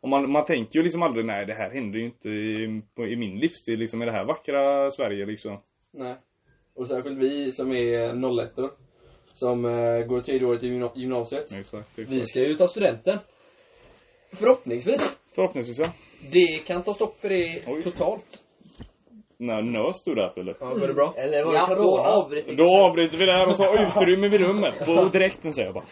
Och man, man tänker ju liksom aldrig, nej det här händer ju inte i, på, i min livstid liksom, i det här vackra Sverige liksom.
Nej. Och särskilt vi som är 01 som eh, går tredje året i gymna- gymnasiet.
Exakt,
Vi ska ju ta studenten. Förhoppningsvis.
Förhoppningsvis ja.
Det kan ta stopp för det
Oj.
totalt.
När nös du där Filip?
Ja, går det bra?
Mm.
Eller var det
Ja, då
corona?
avbryter vi.
Då avbryter vi det här och så (laughs) har utrymme vid rummet. På direkten säger jag bara.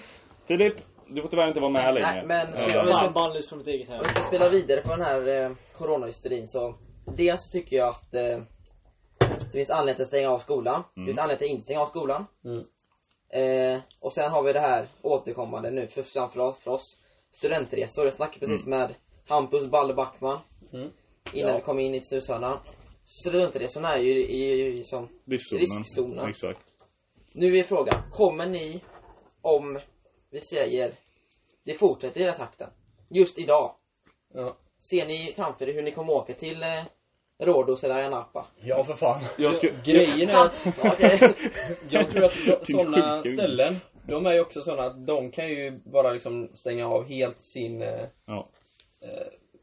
Filip, du får tyvärr inte vara med längre. Eh,
Nej, men ska
Ja.
vi-
Jag var bannlyst från mitt eget hem.
Om vi ska spela vidare på den här eh, coronahysterin så Dels så tycker jag att eh, Det finns anledning att stänga av skolan Det finns anledning att inte stänga av skolan
Mm.
eh, Och sen har vi det här återkommande nu för framförallt för oss Studentresor, jag snackade precis med Hampus Balle Backman
Mm.
Innan vi kom in i Snushörnan Studentresorna är ju i, i, i som
Riskzonen.
riskzonen.
Exakt.
nu är frågan, kommer ni om vi säger det fortsätter i den här takten? Just idag?
Ja.
Ser ni framför er hur ni kommer åka till eh, Rhodos eller Ayia Napa?
Ja, för fan.
Jag sku...
Grejen är att
Okej.
(laughs) jag
(laughs)
tror att (laughs) de-
Din
sådana
sjuka
ställen, de är ju också sådana att de kan ju bara liksom stänga av helt sin, eh,
Ja,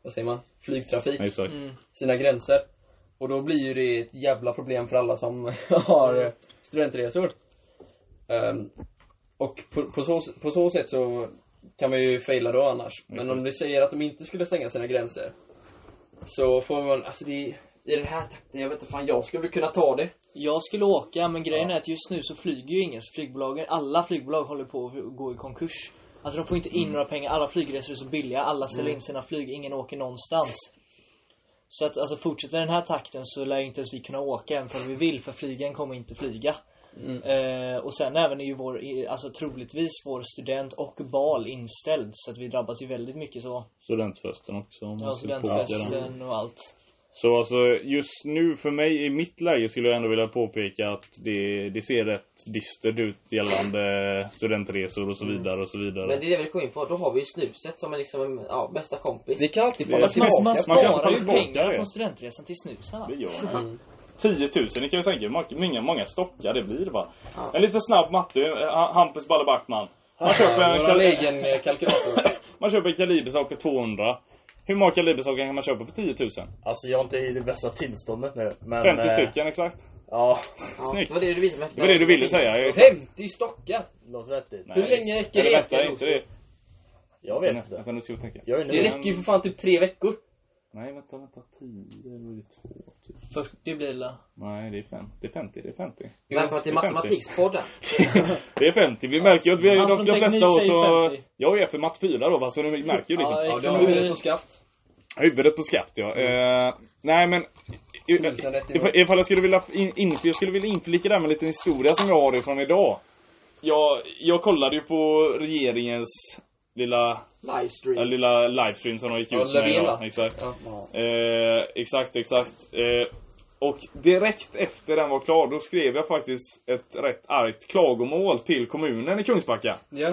vad säger man, flygtrafik,
exakt.
sina gränser. Och då blir ju det ett jävla problem för alla som (laughs) har eh, studentresor. Ehm, och på, på, så, på så sätt så kan man ju faila då annars. Men
Exakt.
om de säger att de inte skulle stänga sina gränser så får man, alltså det,
i den här takten, jag vet inte fan, jag skulle väl kunna ta det.
Jag skulle åka men grejen är att just nu så flyger ju ingen. Så Flygbolagen, alla flygbolag håller på att gå i konkurs. Alltså de får inte
Mm.
in några pengar, alla flygresor är så billiga, alla ställer in sina flyg, ingen åker någonstans. Så att alltså fortsätter den här takten så lär ju inte ens vi kunna åka även om vi vill för flygen kommer inte flyga.
Mm.
Eh, och sen även är ju vår, alltså troligtvis vår student och bal inställd så att vi drabbas ju väldigt mycket
Mm,
så.
Studentfesten också. Om
Ja,
man skulle påpeka det.
studentfesten och allt.
Så alltså just nu för mig i mitt läge skulle jag ändå vilja påpeka att det, det ser rätt dystert ut gällande studentresor och så vidare och så
Men
vidare.
det är det vi kom in på, då har vi ju snuset som är liksom en, ja, bästa kompis.
Vi kan alltid
Det
falla
är- Man-
Man,
tillbaka.
man
man kan
sparar
ta
ju
tillbaka
pengar
det.
från studentresan till snusen va?
Det gör man. 10 000, ni kan ju tänka hur många- många, många stockar det blir va? En liten snabb matte, eh, Hampus Balle Backman. Man köper en,
Vår
kal-
egen eh, (laughs) kalkylator.
man köper en Kalibersak för 200. Hur många Kalibersaker kan man köpa för 10 000?
Alltså jag är inte i det bästa tillståndet nu. Men,
50
eh,
stycken exakt.
Ja,
Ja,
Snyggt.
det var det du visade mig.
Det var det du ville säga. Jag-
50 stockar!
låter vettigt.
Nej,
länge
visst.
räcker
Eller
det
vänta,
egentligen,
inte det.
Jag vet
Vänta,
inte.
vänta, nu ska jag tänka.
Jag är
Det
nu.
räcker ju för fan typ tre veckor.
Nej, vänta, vänta. 10, då är det 2 000.
40 blir det.
Nej, det är 50. Det är 50. Det är
(laughs)
50.
Välkomna till
Det är 50.
Matematikspodden.
Det är 50. Vi märker ju att vi är
Anton
de, de flesta
Teknik
år
säger
så...
50.
Jag är för matt 4 då va, så ni märker ju liksom.
Ja, Mm.
Ja, huvudet på skaft.
Huvudet på skaft ja. Eh, nej men... i- i-
Tusenrätt i
Ifall, ifall jag skulle vilja in, in, jag skulle vilja inflika där med en liten historia som jag har ifrån idag. Jag, jag kollade ju på regeringens lilla, äh,
Livestream.
lilla livestream som de gick
Ja,
ut med
Löfven,
idag.
va?
Exakt.
Ja.
Eh, exakt, exakt. Eh, och direkt efter den var klar, då skrev jag faktiskt ett rätt argt klagomål till kommunen i Kungsbacka.
Ja.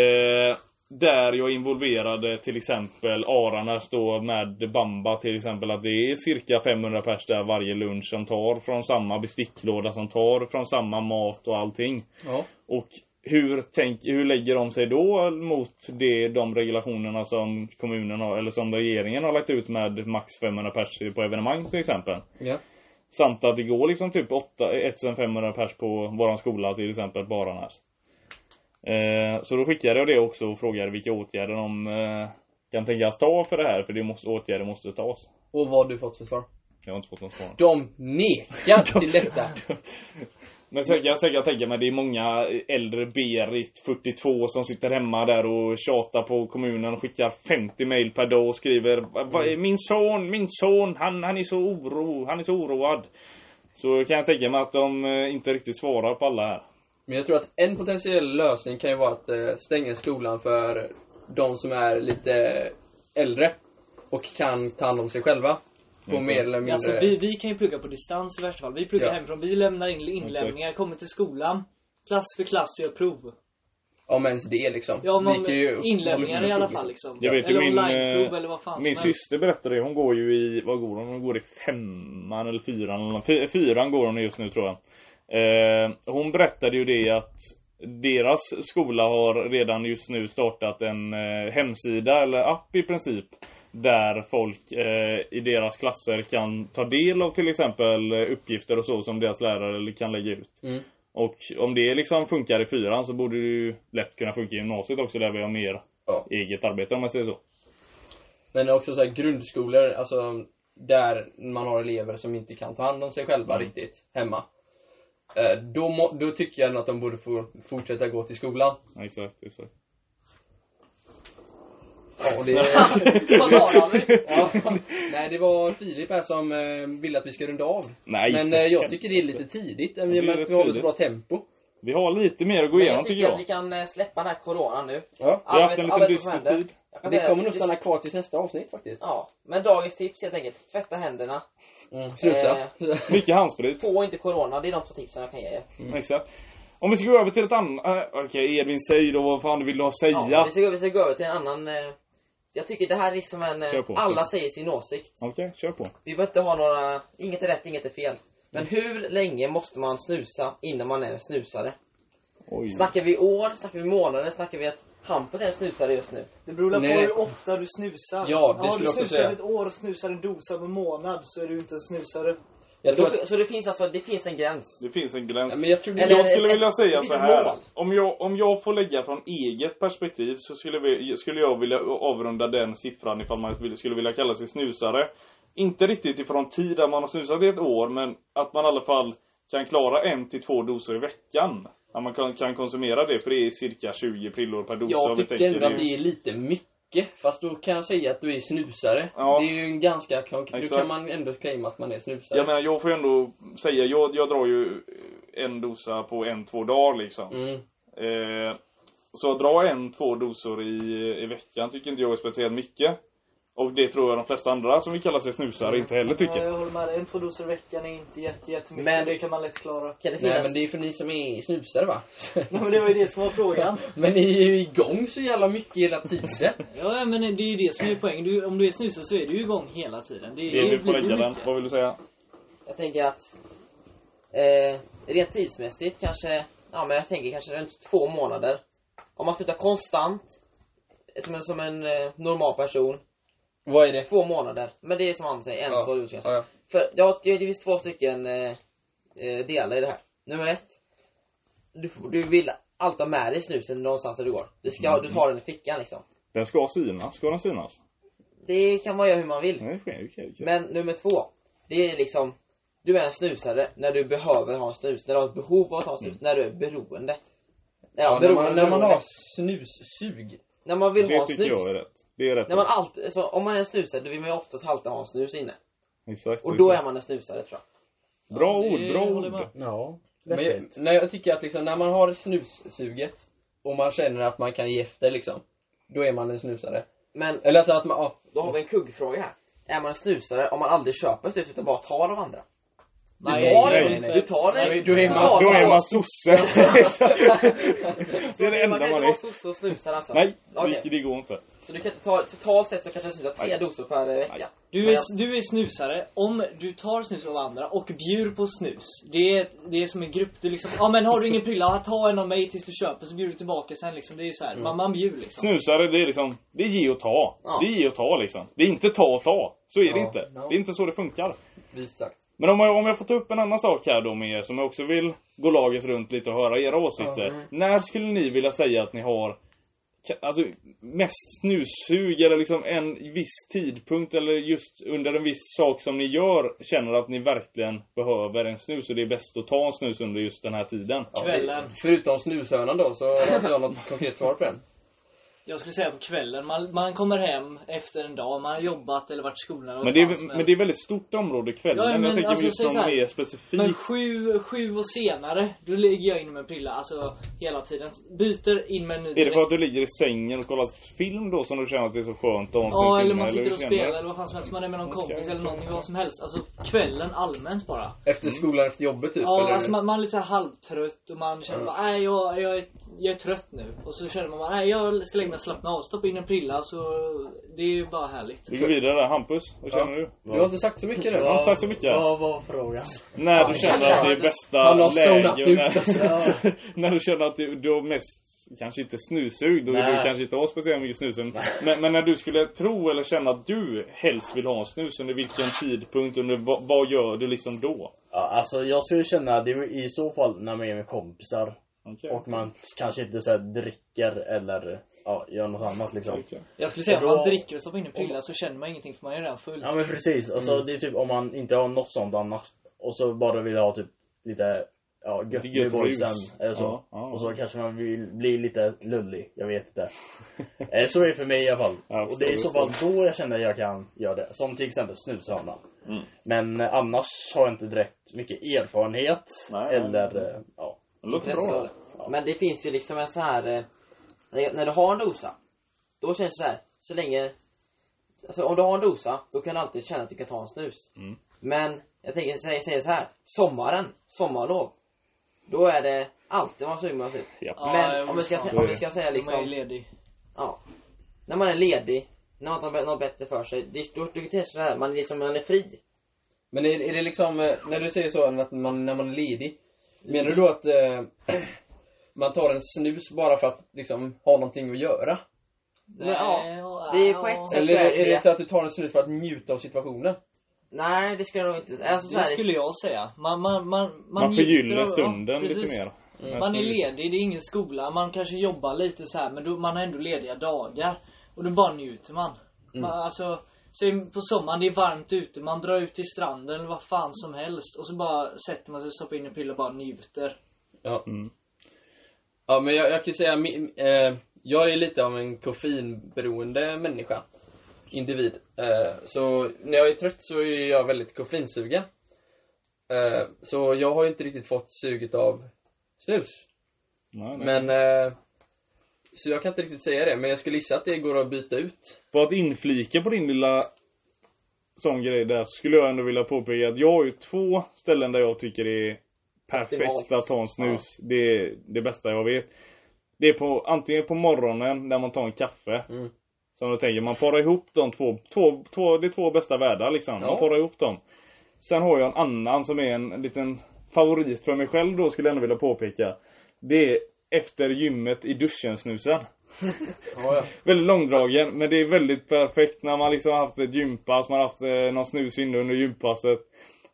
Eh, där jag involverade till exempel Aranas då med Bamba till exempel att det är cirka 500 pers där varje lunch som tar från samma besticklåda som tar från samma mat och allting.
Ja.
Och hur, tänk, hur lägger de sig då mot det, de regulationerna som kommunen har, eller som regeringen har lagt ut med max 500 pers på evenemang till exempel?
Ja.
Samt att det går liksom typ 8, 1500 pers på våran skola till exempel på Aranäs. Eh, så då skickade jag det också och frågade vilka åtgärder de eh, kan tänkas ta för det här, för det måste, åtgärder måste tas.
Och vad har du fått för svar?
Jag har inte fått något svar.
De nekar (laughs) till detta.
Men sen kan jag säkert tänka mig, det är många äldre Berit, 42, som sitter hemma där och tjatar på kommunen och skickar 50 mail per dag och skriver "Va- va- Min son, min son, han, han är så oro, han är så oroad. Så kan jag tänka mig att de eh, inte riktigt svarar på alla här.
Men jag tror att en potentiell lösning kan ju vara att eh, stänga skolan för de som är lite äldre och kan ta hand om sig själva. På
Just det.
mer eller mindre...
Alltså, vi, vi kan ju plugga på distans i värsta fall. Vi pluggar
Mm. Ja.
hemifrån, vi lämnar in inlämningar, kommer till skolan. Klass för klass gör prov.
Om ens det liksom.
Ja,
Vi
men
kan ju upp-
inlämningar
hålla
i alla
på.
fall liksom.
Jag vet ju
eller
min,
onlineprov
eh,
eller vad fan
Alltså,
Min
som helst.
syster berättade det, hon går ju i, vad går hon? Hon går i femman eller fyran eller nåt. Fy- Fyran går hon i just nu tror jag. Eh, hon berättade ju det att deras skola har redan just nu startat en eh, hemsida eller app i princip. Där folk eh, i deras klasser kan ta del av till exempel eh, uppgifter och så som deras lärare kan lägga ut.
Mm.
Och om det liksom funkar i fyran så borde det ju lätt kunna funka i gymnasiet också där vi har mer
Ja.
eget arbete om man säger så.
Men också så här grundskolor, alltså där man har elever som inte kan ta hand om sig själva
Mm.
riktigt hemma. Eh, Då, må, då tycker jag att de borde få fortsätta gå till skolan.
Ja, Exakt, exakt.
Ja, (laughs) och det,
Vad sa du?
ja, nej, det var Filip här som eh, ville att vi ska runda av.
Nej,
Men
för
eh, jag
helvete.
tycker det är lite tidigt, i och
Det är
med att
rätt
vi har så
tidigt.
bra tempo.
Vi har lite mer att gå igenom
Jag
tycker
tycker att vi
jag.
kan eh, släppa den här coronan nu.
Ja.
Vi har
Alla
haft en
vet-
liten
alla vet vad
dyster
som händer.
tid.
Jag kan
Det
säga-
kommer nog stanna kvar tills nästa avsnitt faktiskt.
Ja, men dagens tips helt enkelt. Tvätta händerna. Eh,
Mm. Snusa.
Mycket
(laughs)
handsprit.
Få inte corona. Det är de två tipsen jag kan ge er.
Exakt. Om vi ska gå över till ett annat... Äh, Okej, Edvin, säg då vad fan du vill ha säga.
Ja, vi, ska, vi ska gå över till en annan... Eh, jag tycker det här är liksom en...
Kör
Eh,
på.
alla säger sin åsikt.
Okej, kör på.
Vi behöver inte ha några... Inget är rätt, inget är fel. Men
Mm.
hur länge måste man snusa innan man är en snusare?
Mm. Oj.
Snackar vi år? Snackar vi månader? Snackar vi att Hampus är en snusare just nu?
Det beror på
Nej.
hur ofta du snusar.
Ja, det
Har du
skulle jag också
snusat
säga.
ett år och snusar en dosa per månad så är du inte en snusare.
Jag tror att,
Så det finns alltså... Det finns en gräns.
Det finns en gräns.
Nej, men jag tror
Eller-
det,
Jag skulle vilja säga
ett
så
litet
här.
mål.
Om jag, om jag får lägga från eget perspektiv så skulle, vi, skulle jag vilja avrunda den siffran ifall man vill- skulle vilja kalla sig snusare. inte riktigt ifrån tid att man har snusat i ett år, men att man i alla fall kan klara en till två doser i veckan. Att man kan, kan konsumera det, för det är cirka 20 prillor per dosa.
Jag
och vi
tycker
tänker
ändå att det är lite mycket. Fast då kan jag säga att du är snusare.
Ja.
Det är ju en ganska konkret... Då
Exakt.
kan man ändå claima att man är snusare.
Jag menar, jag får ju ändå säga, jag, jag drar ju en dosa på en, två dagar liksom.
Mm.
Eh, så att dra en, två dosor i, i veckan tycker inte jag är speciellt mycket. Och det tror jag de flesta andra som vill kalla sig snusare inte heller
Ja,
tycker.
jag håller med dig. En, två doser i veckan är inte jätte, jättemycket. Men
Men-
det kan man lätt klara.
Kan det
Nej,
finnas...
men det är för ni som är snusare va?
Nej, men det var ju det som var frågan. (laughs)
men ni är ju igång så jävla mycket hela tiden.
Ja, ja, men det är ju det som är poängen. Du, om du är snusare så är du ju igång hela tiden. Det,
Det är
det
du får
blir ju
rädda den.
mycket.
Vad vill du säga?
Jag tänker att eh, rent tidsmässigt kanske, ja men jag tänker kanske runt två månader. Om man slutar konstant, som en, som en eh, normal person,
Vad är det?
två månader. Men det är som han säger, en,
Ja,
två kanske.
ja.
För jag har det finns två stycken eh, eh, delar i det här. Nummer ett, du, får- du vill alltid ha med dig snusen någonstans där du går. Du,
Mm.
ska, du tar den i fickan liksom.
Den ska synas. Ska den synas?
Det kan man göra hur man vill.
Nej, okej, okej, okej.
Men nummer två, det är liksom Du är en snusare när du behöver ha en snus, när du har ett behov av att ha en
Mm.
snus, när du är beroende. Ja,
Ja, när,
beroende,
man, när man har
beroende.
snussug.
när man vill ha
Det
en
tycker
snus.
jag är rätt. Det är rätt.
När man alltid, så om man är en snusare då vill man ju oftast alltid ha en snus inne.
Exakt.
Och då
exakt.
är man en snusare tror jag.
Bra
Ja,
ord,
det
bra
håller jag
ord.
med.
Ja.
Men jag,
vettigt.
nej, jag tycker att liksom, när man har snussuget och man känner att man kan ge efter liksom. Då är man en snusare.
Men
Eller alltså att man, ja.
då har vi en kuggfråga här. Är man en snusare om man aldrig köper snus utan bara tar av andra? Du
Nej,
tar
nej,
den
nej,
inte.
nej.
Du tar den
Nej, då är man-
tar
Då
den.
är man sosse. (laughs) Exakt. det är det enda
Man kan inte
man
vara
är.
sosse och snusare alltså.
Nej,
Okej.
det går inte.
Så du kan inte ta, totalt sett så kanske jag snusar tre
Nej.
doser per eh, vecka.
Nej.
Du
Men
är,
jag-
du är snusare om du tar snus av andra och bjuder på snus. Det är, det är som en grupp. Det är liksom, ja men har du ingen prilla, ja, ta en av mig tills du köper så bjuder du tillbaka sen liksom. Det är
Mm.
så här, man, man bjuder liksom.
Snusare, det är liksom, det är ge och ta.
Ja.
Det är ge och ta liksom. Det är inte ta och ta. Så är det
Ja,
inte.
no.
Det är inte så det funkar.
Visst sagt.
Men om jag, om jag får ta upp en annan sak här då med er som jag också vill gå laget runt lite och höra era åsikter.
mm.
När skulle ni vilja säga att ni har ka- alltså, mest snussug eller liksom en viss tidpunkt eller just under en viss sak som ni gör känner att ni verkligen behöver en snus och det är bäst att ta en snus under just den här tiden?
Ja,
Kvällen.
Förutom snushörnan då så har inte jag något konkret svar på den.
Jag skulle säga på kvällen. Man, man kommer hem efter en dag, man har jobbat eller varit i skolan. eller
Men det, är,
vad fan som
men
helst.
det är väldigt stort område kvällen.
Ja,
men
men
jag tänker
alltså,
just
säg så
någon
här.
mer specifik.
Men sju, sju och senare, då ligger jag in med en prilla, alltså hela tiden. Byter in med en ny
Är det för
direkt.
att du ligger i sängen och kollar film då som du känner att det är så skönt att ha en snus
Ja, eller
inne,
man sitter och
hur känner du?
spelar eller vad fan som helst. Man är med någon
Okej,
kompis eller
okej.
någonting, vad som helst. Alltså kvällen allmänt bara.
Efter skolan, efter jobbet typ?
Ja,
eller?
alltså man, man är lite så här halvtrött och man känner bara, nej jag, jag, är, jag är trött nu. Och så känner man bara, nej jag ska lägga mig och slappna av, stoppa in en prilla så det är ju bara härligt.
Vi går vidare där. Hampus, vad
Ja.
känner du?
Du har inte sagt så mycket nu?
Jag har inte sagt så mycket.
Vad var frågan?
När du känner att det är bästa
Han har zonat
läge.
ut,
(laughs) När, när du känner att du, du har mest, kanske inte snusug, då du
Nej.
kanske inte har speciellt mycket snus. Men, men när du skulle tro eller känna att du helst vill ha en snus, under vilken tidpunkt, under vad, vad gör du liksom då?
Ja, alltså jag skulle känna det är i så fall när man är med kompisar.
Okej.
Och man kanske inte så här, dricker eller ja, gör något annat liksom.
Okej.
Jag skulle säga
Och
om
då-
man dricker och stoppar in en prilla så känner man ingenting för man är redan full.
Ja men precis. Alltså det är typ om man inte har något sånt annars. Och så bara vill ha typ lite ja, gött
Lite gött
med boysen
rus.
eller så.
Ja, ja.
Och så kanske man vill bli lite lullig. Jag vet inte. Eh, så är det för mig i alla fall.
Ja,
och det är i så fall
(laughs) absolut.
då jag känner att jag kan göra det. Som till exempel snushörnan.
Mm.
Men eh, annars har jag inte direkt mycket erfarenhet.
Nej,
eller
nej.
eh, ja.
Det låter
intresse
bra.
av
då.
det. Men det finns ju liksom en så här eh, när- När du har en dosa Då känns det så här Så länge Alltså om du har en dosa Då kan du alltid känna att du kan ta en snus
Mm.
Men jag tänker säga, säga så här Sommaren Sommarlov Då är det alltid man suger på en snus
Japp.
Ja,
Men om vi, ska,
så är
om vi
det.
ska säga
Man är
liksom
ledig.
Ja När man är ledig När man inte har något bättre för sig det- Då tycker jag så här Man är liksom man är fri
Men är, är det liksom, eh, när du säger så, att man, när man är ledig Menar du då att eh, (clears throat) man tar en snus bara för att liksom ha någonting att göra?
Men, ja.
ja,
det är på ett sätt- Jag
Eller
tror
är,
jag
det
vet.
så att du tar en snus för att njuta av situationen?
Nej det skulle jag nog inte alltså, så
Det
här,
skulle jag säga. Man, man, man, man,
Man
njuter
förgyller
av- ja,
stunden lite
precis. Mm.
mer. Men
Man är
snus-
ledig, det är ingen skola, man kanske jobbar lite så här men då, man har ändå lediga dagar. Och då bara njuter man. man alltså, Så är- på sommaren, det är varmt ute, man drar ut till stranden eller vad fan som helst. Och så bara sätter man sig, stoppar in en pille och bara njuter.
Ja.
Mm.
Ja, men jag, jag kan ju säga, mi- eh, jag är lite av en koffeinberoende människa. Individ. Eh, så när jag är trött så är jag väldigt koffeinsugen. Eh, så jag har ju inte riktigt fått suget av snus.
Nej, nej.
Men, eh, så jag kan inte riktigt säga det, men jag skulle gissa att det går att byta ut.
För att inflika på din lilla sån grej där så skulle jag ändå vilja påpeka att jag har ju två ställen där jag tycker det är perfekt
Optimalt.
att ta en snus. Det är det bästa jag vet. Det är på, antingen på morgonen när man tar en kaffe.
Mm.
Som jag tänker, man parar ihop de två, två, två det är två bästa världar liksom. Man
Ja.
parar ihop dem. Sen har jag en annan som är en, en liten favorit för mig själv då skulle jag ändå vilja påpeka. Det är efter gymmet i duschen snusen.
Ja, ja.
Väldigt långdragen, men det är väldigt perfekt när man liksom har haft ett gympass, man har haft eh, någon snus inne under gympasset.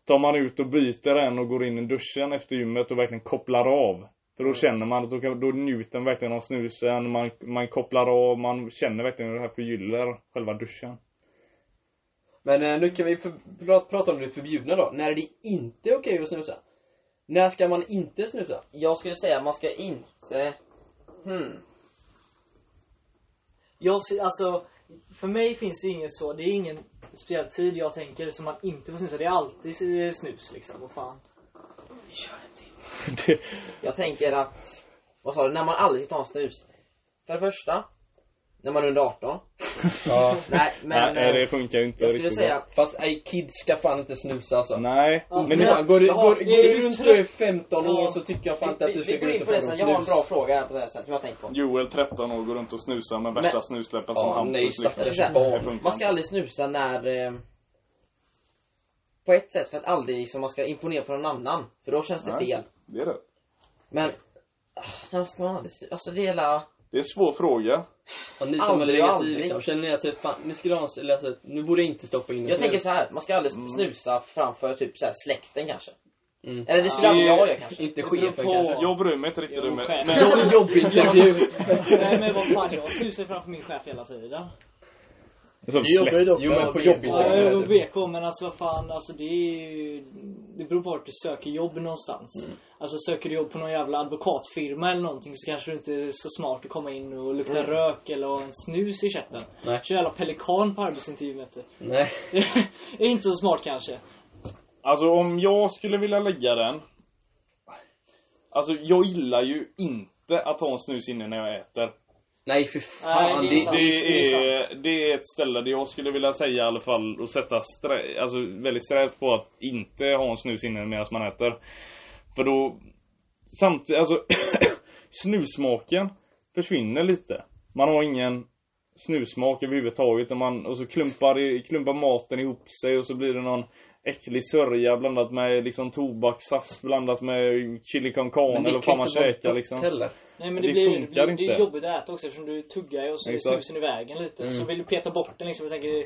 Tar man ut och byter en och går in i duschen efter gymmet och verkligen kopplar av. För då känner man att då, kan, då njuter man verkligen av snusen, man, man kopplar av, man känner verkligen hur det här förgyller själva duschen. (laughs)
Men eh, nu kan vi för, pra, prata om det förbjudna då. När är det inte okej att snusa? När ska man inte snusa?
Jag skulle säga att man ska inte... Hmm.
Jag, ser- alltså, för mig finns det inget så. Det är ingen speciell tid jag tänker som man inte får snusa. Det är alltid eh, snus liksom. Vad fan.
Det,
Jag tänker att... Vad sa du? När man aldrig ska ta en snus. För det första, när man är under 18.
Ja.
Nej, men...
nej,
eh,
det funkar ju inte
jag skulle
bra.
säga...
Fast ej, kids ska fan inte snusa alltså.
Nej,
Ja,
men
Men fan, går du,
Jaha,
går, går
är
du
du
runt
trött?
och är 15 år
Ja.
så tycker jag fan inte att
Vi,
du
vi
ska gå
går
runt
in på det sen.
och få någon
Jag har en
snus.
bra fråga här på det här sättet som jag har tänkt på.
Joel 13 år går runt och snusar med värsta
Men-
snusläppen
Ja,
som Hampus.
nej,
liksom.
stackars
Det
Det
barn.
funkar
Man ska
inte.
aldrig snusa när... Eh, på ett sätt för att aldrig liksom, man ska imponera på någon annan. För då känns det
Nej.
fel.
Det är det.
Men... ah, När ska man aldrig snusa? Alltså det är hela...
Det är en svår fråga.
Och ni som har
Aldrig,
legat i
aldrig.
liksom, känner ni att typ, fan, nu skulle jag ha en snus, eller alltså, nu borde jag inte stoppa in en
Jag
snus?
tänker så här, man ska aldrig snusa framför typ så här, släkten kanske.
Mm.
Eller det skulle aldrig
Ja.
jag göra kanske.
Inte chefen
på-
kanske.
Jag bryr mig inte riktigt
Jo,
om det.
själv.
Men
Jag har en jobbintervju.
(laughs) Nej men vad fan, jag snusar framför min chef hela tiden.
Som
Vi jobbar ju dock
Jo, men på
med-
Ja,
jobbintervju.
jag är BK men alltså vad fan, alltså det är ju... Det beror på vart du söker jobb någonstans. Alltså söker du jobb på någon jävla advokatfirma eller någonting så kanske du inte är så smart att komma in och lukta rök eller ha en snus i käften.
Nej.
Kör jävla pelikan på arbetsintervjun vet du.
(laughs) Nej.
(laughs) Det är inte så smart kanske.
Alltså om jag skulle vilja lägga den. Alltså jag gillar ju inte att ha en snus inne när jag äter.
Nej, för fan.
Nej,
det
det är sant.
Det
det är
är, det är ett ställe där jag skulle vilja säga i alla fall och sätta strä, alltså, väldigt strävt på att inte ha en snus inne medan man äter. För då samtidigt, alltså (coughs) snussmaken försvinner lite. Man har ingen snussmak överhuvudtaget och, man, och så klumpar, det- klumpar maten ihop sig och så blir det någon äcklig sörja blandat med liksom tobakssaft blandat med chili con carne
Men
eller vad fan man käkar liksom.
heller.
Nej men
Men
det,
det
blir, det,
funkar
blir- det är
inte.
jobbigt att äta också eftersom du tuggar ju och så är
Exakt.
snusen i vägen lite.
Mm.
Så vill du peta bort den liksom och tänker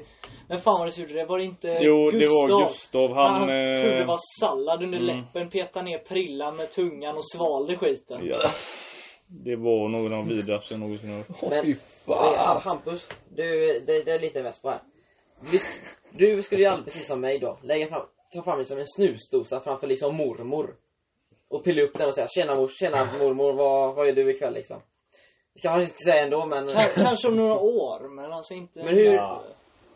Men fan vad det gjorde det? Var det inte
Jo, det
Gustav?
var Gustav. Han...
Han, trodde det
eh,
var sallad under
mm.
läppen, petade ner prillan med tungan och svalde skiten.
Ja. Det var någon av de vidrigaste jag någonsin har hört.
Men-
Fy
Ah,
fan.
Hampus, du, det, det är lite mest på här. Visst, du skulle ju aldrig, precis som mig då, lägga fram, ta fram liksom en snusdosa framför liksom mormor. Och pilla upp den och säga tjena, mor, tjena mormor, vad, vad gör du ikväll liksom? Det ska man inte säga ändå men...
K- Kanske om några år, men alltså inte...
Men hur-
Ja.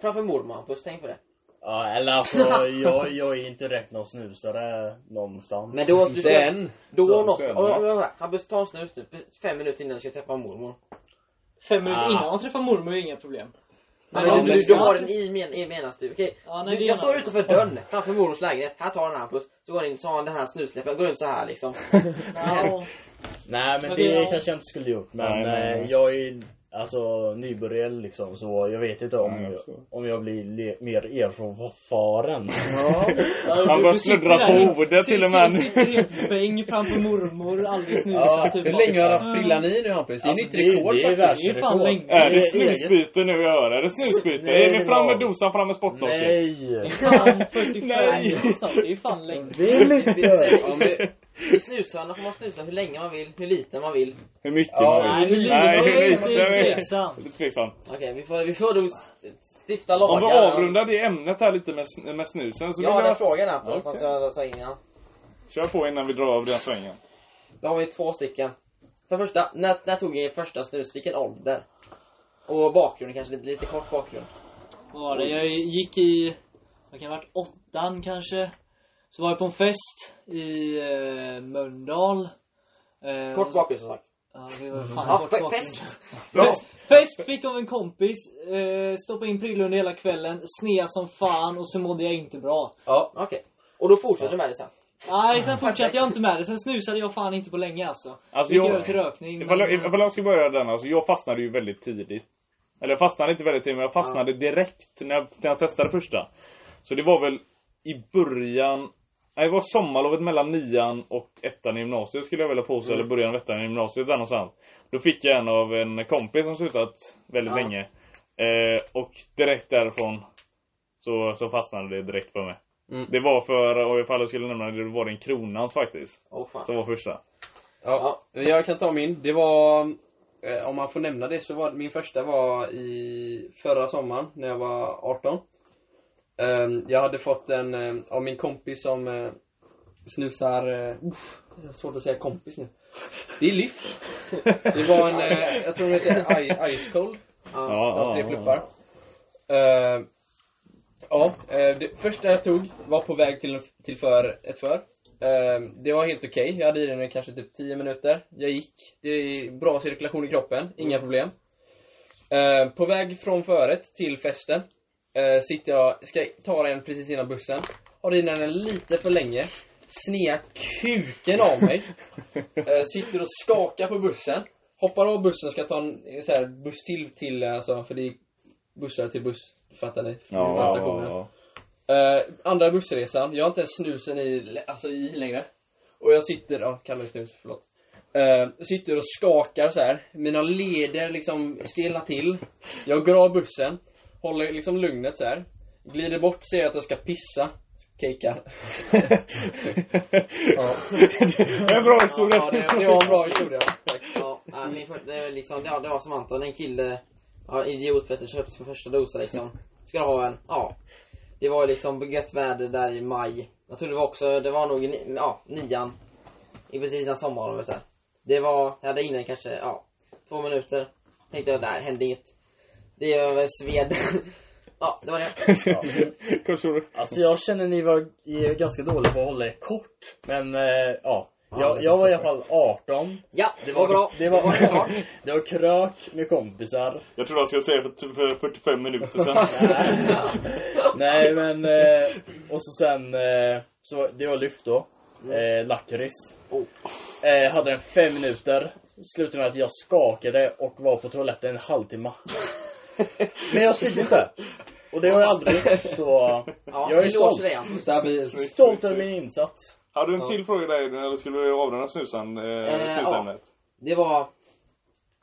Framför mormor Hampus, tänk på det.
Ja, eller alltså, jag, jag är inte rätt någon snusare någonstans.
Men då, du ska,
Den.
då
så
om någon ska,
skönt.
om, om, om, Hampus ta en snus nu, fem minuter innan du ska träffa mormor.
Fem minuter
Ah.
innan man träffar mormor är inga problem.
Men,
Ja,
du,
men-
du, du har den i, men, i menas du, okej?
Ja, nej,
Du,
det
jag
gör
står
man.
utanför dörren framför mormors lägenhet, här tar den Hampus, så går han in, så har han den här snusläppen, går runt så här liksom.
Ja,
Nej men
Men
det
det-
kanske jag inte skulle gjort men
Nej, nej, nej.
eh, jag är alltså nybörjare liksom så jag vet inte om,
Nej, jag
jag,
förstår.
om jag blir le- mer erfaren. (laughs) Alltså,
Han börjar sluddra på ordet till och med
Sitter
nu.
helt bäng framför mormor, aldrig snusat.
Ja,
typ
Hur
bara.
länge har du haft frillan i nu Hampus? Det är
Alltså,
nytt
det-
rekord
det är
faktiskt.
Det är fan
Världsrekord.
länge.
(laughs) Är det
Nej,
snusbyte nu vi hör? Är det snusbyte?
Nej,
Är det fram med
no.
dosan, fram med spottlocket?
Nej!
Fan 45
Nej.
snart, det är fan länge.
Vill inte!
Vi- vi säger-
Ja, men-
I snushörnan får man snusa hur länge man vill, hur lite man vill.
(laughs) Hur mycket
Ja,
man vill.
Nej, men lite
Nej,
var
hur
ju
lite
lite
är det.
tveksamt.
Lite tveksam.
Okej, vi, får, vi får då st- stifta
Om vi
lagar.
avrundar det ämnet här lite med, sn- med snusen så
Jag
vill
har en
jag...
fråga här på
Okej.
att man ska säga innan.
Kör på innan vi drar av den svängen.
Då har vi två stycken. För det första, när, när tog ni första snus? Vilken ålder? Och bakgrunden kanske, lite, lite kort bakgrund.
Vad var det? Jag gick i, vad kan det ha varit, åttan kanske. Så var jag på en fest i eh, Mölndal. Eh,
Kort bakgrund som sagt.
Ja, det var fan
Ja,
kort
fe-
bakgrund. (laughs)
fest!
Fest.
Fest fick av en kompis, eh, stoppa in prillor under hela kvällen, snea som fan och så mådde jag inte bra.
Ja. Okej. Och då fortsätter du med det sen?
Nej,
Mm.
sen fortsatte jag inte med det. Sen snusade jag fan inte på länge alltså.
Alltså,
Gick
jag-
över till rökning.
Ifall jag,
men- (laughs)
ifall jag ska börja den, alltså jag fastnade ju väldigt tidigt. Eller jag fastnade inte väldigt tidigt, men jag fastnade direkt när jag, när jag testade första. Så det var väl i början... Nej, det var sommarlovet mellan nian och ettan i gymnasiet skulle jag vilja påstå,
Mm.
eller början av ettan i gymnasiet där någonstans. Då fick jag en av en kompis som slutat väldigt
Ja.
länge. Eh, och direkt därifrån så, så fastnade det direkt för mig.
Mm.
Det var för, och ifall jag skulle nämna det, det var det en kronans faktiskt.
Åh fan.
Som var första.
Ja, jag kan ta min. Det var, eh, om man får nämna det, så var min första var i förra sommaren när jag var 18. Ehm, jag hade fått en eh, av min kompis som eh, snusar, eh, uff, det är svårt att säga kompis nu. Det är lyft. Det var en, eh, jag tror den heter I- Ice Cold. Ja, tre pluppar. Eh, ja, eh, det första jag tog var på väg till, till för, ett för. Eh, det var helt okej. Jag hade i den i kanske typ 10 minuter. Jag gick. Det är bra cirkulation i kroppen. Inga problem. Eh, på väg från föret till festen eh, sitter jag, ska ta den precis innan bussen. Har i den lite för länge. Snea kuken av mig. Eh, sitter och skakar på bussen. Hoppar av bussen, ska ta en eh, så här, buss till till, eh, alltså, för det är bussar till buss. Du Fattar ni? Mellan stationerna. Eh, andra bussresan, jag har inte ens snusen i, alltså, i längre. Och jag sitter, ja, kallar det snus, förlåt. Eh, sitter och skakar så här. mina leder liksom stelnar till. Jag går av bussen, håller liksom lugnet så här. Glider bort, ser att jag ska pissa. Kejkar. Ja.
Det är en bra historia.
Ja, det, det
(laughs)
var en bra historia. Tack.
Ja, äh, min för, det, är väl liksom, det, var- det var som Anton, en kille, ja, idiot vet du, köpte sin första dosa liksom. Skulle ha en, ja. Det var liksom gött väder där i maj. Jag tror det var också, det var nog i ni, ja, nian. I precis innan sommarlovet där. Det var, jag hade inne kanske, ja, två minuter. Tänkte jag, nej, hände inget. Det är över sved. (laughs) ja, det var det.
Korsord.
Alltså jag känner ni var är ganska dåliga på att hålla det kort. Men eh, ja. Jag, jag var i alla fall 18.
Ja, det var bra.
Det var, (laughs)
klart.
det var krök med kompisar.
Jag tror jag ska säga för typ för 45 minuter (laughs) sedan.
(laughs) Nej men, eh, och så sen, eh, så det var lyft då. Eh, Lakrits.
Oh.
Eh, hade den fem minuter. Slutade med att jag skakade och var på toaletten en (laughs) halvtimme. men jag spydde inte. Och det har jag aldrig (laughs) gjort, så
Ja,
jag är
vi låser
stolt.
dig Anton.
Stabilt.
Stolt över min insats.
Har du en till fråga där eller skulle du avrunda snusan, eh,
Eh,
snusämnet?
Det var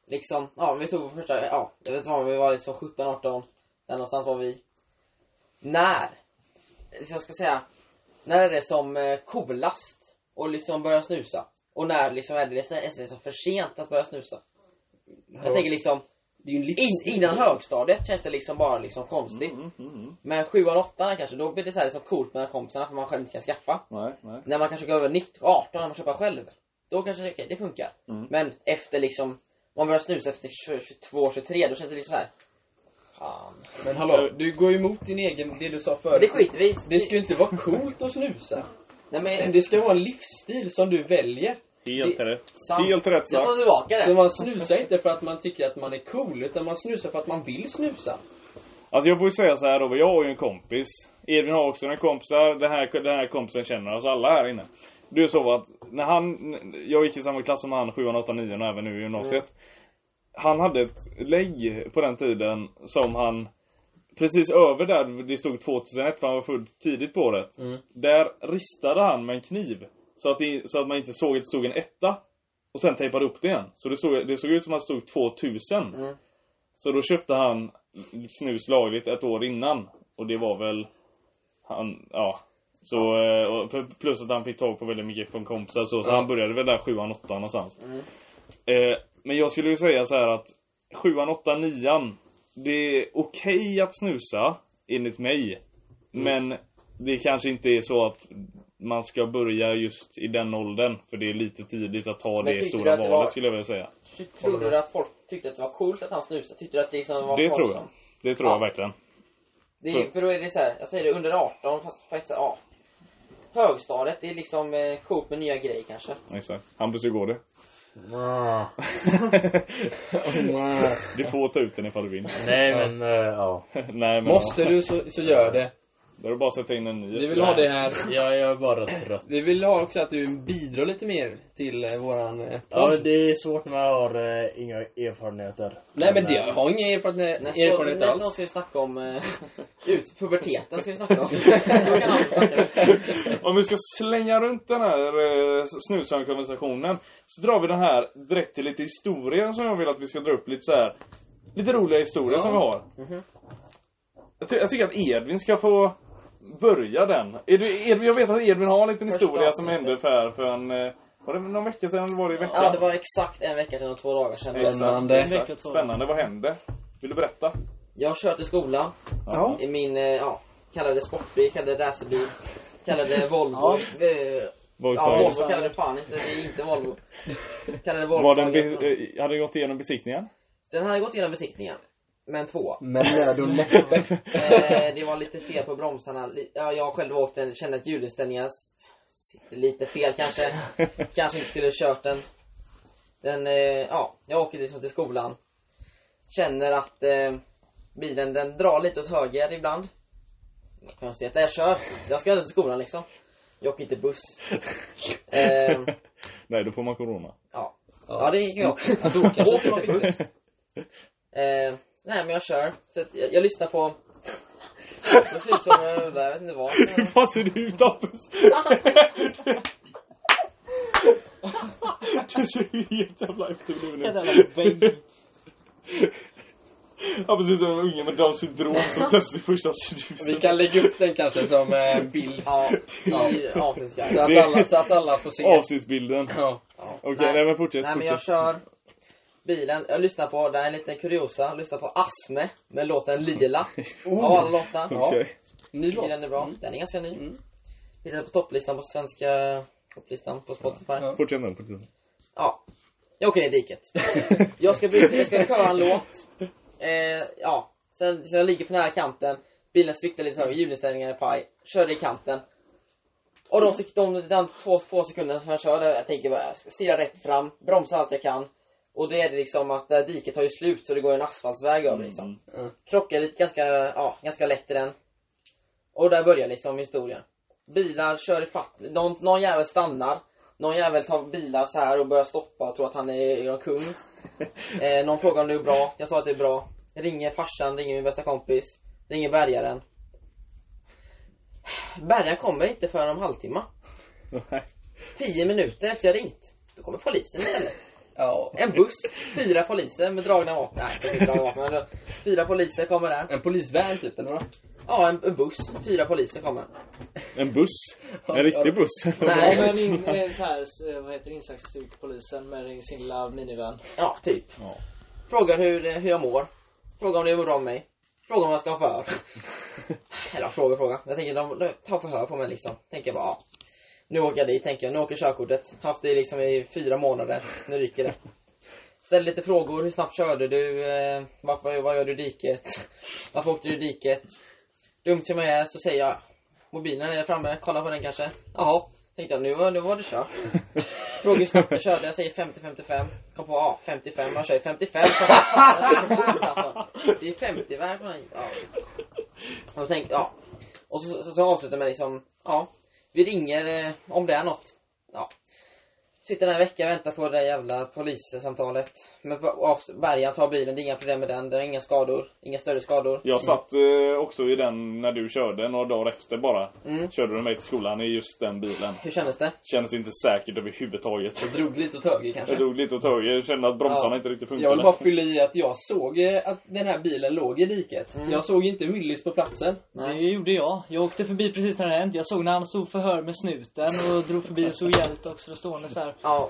liksom, ja vi tog vår första, ja jag vet inte vad, vi var liksom 17, 18, där någonstans var vi. När, så jag ska säga, när är det som eh, coolast att liksom börja snusa? Och när liksom är det nästan nästan liksom för sent att börja snusa? Jag tänker liksom,
Det är ju en Mm.
in, innan högstadiet känns det liksom bara liksom konstigt.
Mm,
Men sjuan, åttan kanske, då blir det så här liksom coolt med kompisarna för man själv inte kan skaffa.
Nej, nej.
När man kanske går över 19, 18 när man köper själv. Då kanske det, okej, det funkar.
Mm.
Men efter liksom, om man börjar snusa efter 20, 22, 23 då känns det liksom så här. Fan.
Men hallå, du går ju emot din egen, Eh, det du sa förut.
Men det skiter vi i.
Det ska ju inte vara coolt att snusa.
Nej men,
Men Det ska vara en livsstil som du väljer.
Helt rätt.
sant.
Helt rätt
Jag
sagt.
tar tillbaka
Så
det.
man snusar inte för att man tycker att man är cool, utan man snusar för att man vill snusa.
Alltså jag får ju säga så här då, jag har ju en kompis. Edvin har också några kompisar. Den här, den här kompisen känner alltså alla här inne. Det är ju så att när han, jag gick i samma klass som han, 7, 8, 9 och även nu i gymnasiet. Han hade ett lägg på den tiden som han Precis över där det stod 2001 för han var född tidigt på året. Där ristade han med en kniv. Så att, det, så att man inte såg att det stod en etta. Och sen tejpade upp det igen. Så det såg, det såg ut som att det stod 2000.
Mm.
Så då köpte han snus lagligt ett år innan. Och det var väl han, ja. Så, eh, och p- plus att han fick tag på väldigt mycket från kompisar så, så han började väl där sjuan, åttan någonstans.
Mm.
Eh, men jag skulle ju säga så här att sjuan, åttan, nian. Det är okej att snusa, enligt mig.
Mm.
Men det kanske inte är så att man ska börja just i den åldern. För det är lite tidigt att ta det
tyckte du
stora
att det
valet
var-
skulle jag vilja säga.
Tror du att folk tyckte att det var coolt att han snusade? Tyckte du att det liksom var
Det
folk
tror jag.
som-
Det tror jag
Ja.
verkligen.
Det är, för då är det så här, jag säger det under 18 fast faktiskt ja. Högstadiet, det är liksom eh, coolt med nya grejer kanske.
Exakt. Hampus, hur går det?
Mm.
du får ta ut den ifall du vill. (laughs)
Nej men, eh, ja.
Nej, men
Måste du så, så gör det.
Då är det bara att sätta in en ny.
Vi vill ha det här.
Jag är bara trött.
Vi vill ha också att du bidrar lite mer till eh, våran eh,
Ja,
podd.
men det är svårt när man har eh, inga erfarenheter.
Nej men det
eh,
jag har ingen erfarenhet,
Nästa,
erfarenhet
nästa gång
alls.
ska vi snacka om eh, ut, puberteten ska vi snacka om. (laughs) Då kan han snacka ut.
(laughs) Om vi ska slänga runt den här eh, snusörnkonversationen så drar vi den här direkt till lite historier som jag vill att vi ska dra upp lite så här. Lite roliga historier som vi har. jag, ty- jag tycker att Edvin ska få börja den. Edvin, Edvin, jag vet att Edvin har en liten
Första
historia som
avsnittet.
hände för, här för en... eh, Var det någon vecka sedan eller var det i veckan?
Ja, det var exakt en vecka sedan och två dagar sedan.
Exakt,
spännande.
Exakt. Spännande, vad hände? Vill du berätta?
Jag kör till skolan
Ja.
i min, eh, ja, kallade det sportbil, kallade det racerbil, kallade det Volvo. Eh, ja,
Volkswagen.
Volvo kallade det fan inte, det är
(laughs)
inte Volvo. Kallade det
Var den
Volkswagen. Den,
be- eh, hade du gått igenom besiktningen?
hade gått igenom besiktningen. Men två.
Men lär
(laughs)
du lätta.
Eh, det var lite fel på bromsarna. Li- Ja, jag själv åkte den, kände att hjulinställningen s- sitter lite fel kanske. Kanske inte skulle ha kört den. den eh, ja, jag åker liksom till skolan. Känner att eh, bilen den drar lite åt höger ibland. Konstigt, jag kör. Jag ska ändå till skolan liksom. Jag åker inte
(laughs)
buss. Eh,
Nej, då får man corona.
ja. ja, det gick jag också. Åker inte buss. Eh, nej, men jag kör. Så att jag, jag lyssnar på... Det ser ut som en jävla- jag vet inte vad.
(laughs) Vad ser du ut Hampus? Du ser ju helt jävla efterbliven (laughs) ut. Hampus ser ut som en unge med Downs syndrom
(laughs)
som törs i första snusen.
Vi kan lägga upp den kanske som eh, (laughs) bild.
Ja, i avsnittsguiden.
Så att, alla, så att alla får se.
Avsiktsbilden.
Ja.
Ja.
Okej, nej. men fortsätt.
Nej, men jag
fortsätt.
kör bilen. Jag lyssnar på, det här är en liten kuriosa. Jag lyssnar på Asme med låten Lila. Av alla låtar.
Okej.
Ny
Ja,
låt.
den är bra. Den är ganska ny. Hittade på topplistan på svenska... Topplistan på Spotify. Ja.
Fortsätt nu, fortsätt.
Jag åker ner i diket. jag ska, byta, jag ska köra en låt. Eh, ja. Sen, så jag ligger för nära kanten. Bilen sviktar lite höger, hjulinställningen är paj. Kör i kanten. Och de, sek- de, de två, två sekunderna som jag körde, jag tänker bara, jag ska stirra rätt fram, bromsa allt jag kan. Och det är det liksom att det här diket tar ju slut så det går en asfaltsväg över liksom.
Mm.
Krockar lite ganska, ja, ganska lätt i den. Och där börjar liksom historien. Bilar kör i fatt, någon, någon jävel stannar. Någon jävel tar bilar så här och börjar stoppa och tror att han är är en kung. Eh, någon frågar om det är bra, jag sa att det är bra. Ringer farsan, ringer min bästa kompis. Ringer bärgaren. Bärgaren kommer inte förrän om halvtimme.
Nej.
10 minuter efter jag ringt, då kommer polisen istället.
Ja.
En buss, fyra poliser med dragna vapen. Nej, inte dragna vapen. men Fyra poliser kommer där.
En polisvän typ, eller vad?
Ja, en, en buss. Fyra poliser kommer.
En buss? En riktig buss?
Nej.
Ja, men in, eh, så här, s- eh, vad heter det, insatsstyrkepolisen med sin lilla minivan.
Ja, typ. Frågar hur, hur jag mår. Frågar om det mår bra med mig. Frågar om jag ska ha förhör. Eller fråga, fråga. Jag tänker de, de tar förhör på mig liksom. Tänker bara, ja. Nu åker jag dit, tänker jag. Nu åker körkortet. Haft det liksom i fyra månader. Nu ryker det. Ställer lite frågor. Hur snabbt körde du? Eh, varför, vad gör du i diket? Varför åkte du i diket? Dumt som jag är så säger jag, mobilen är framme. Kolla på den kanske. Jaha. Tänkte jag, nu, var- nu var det kört. Frågar hur snabbt jag körde, jag säger 50-55. Kom på, ja 55, man kör ju 55. Så jag tänker, fort, alltså. Det är 50 väg på den. Ja. Och, tänkte, ja. och så, så, så avslutar man liksom, ja. Vi ringer eh, om det är något. Ja. Sitter där en vecka och väntar på det där jävla polissamtalet. Men på- av- Bergan tar bilen, det är inga problem med den. Den har inga skador. Inga större skador.
Jag satt eh, också i den när du körde, några dagar efter bara.
Mm.
Körde du mig till skolan i just den bilen.
Hur kändes det?
Kändes inte säkert överhuvudtaget.
Jag drog lite åt höger kanske.
Jag drog lite åt höger, jag kände att bromsarna
Ja.
inte riktigt
Jag
funkade.
vill bara fylla i att jag såg eh, att den här bilen låg i diket.
Mm.
Jag såg inte Willys på platsen.
Nej.
Det gjorde jag. Jag åkte förbi precis när det hänt. Jag såg när han stod förhör med snuten och drog förbi och såg hjält också. Då stående så här.
Ja.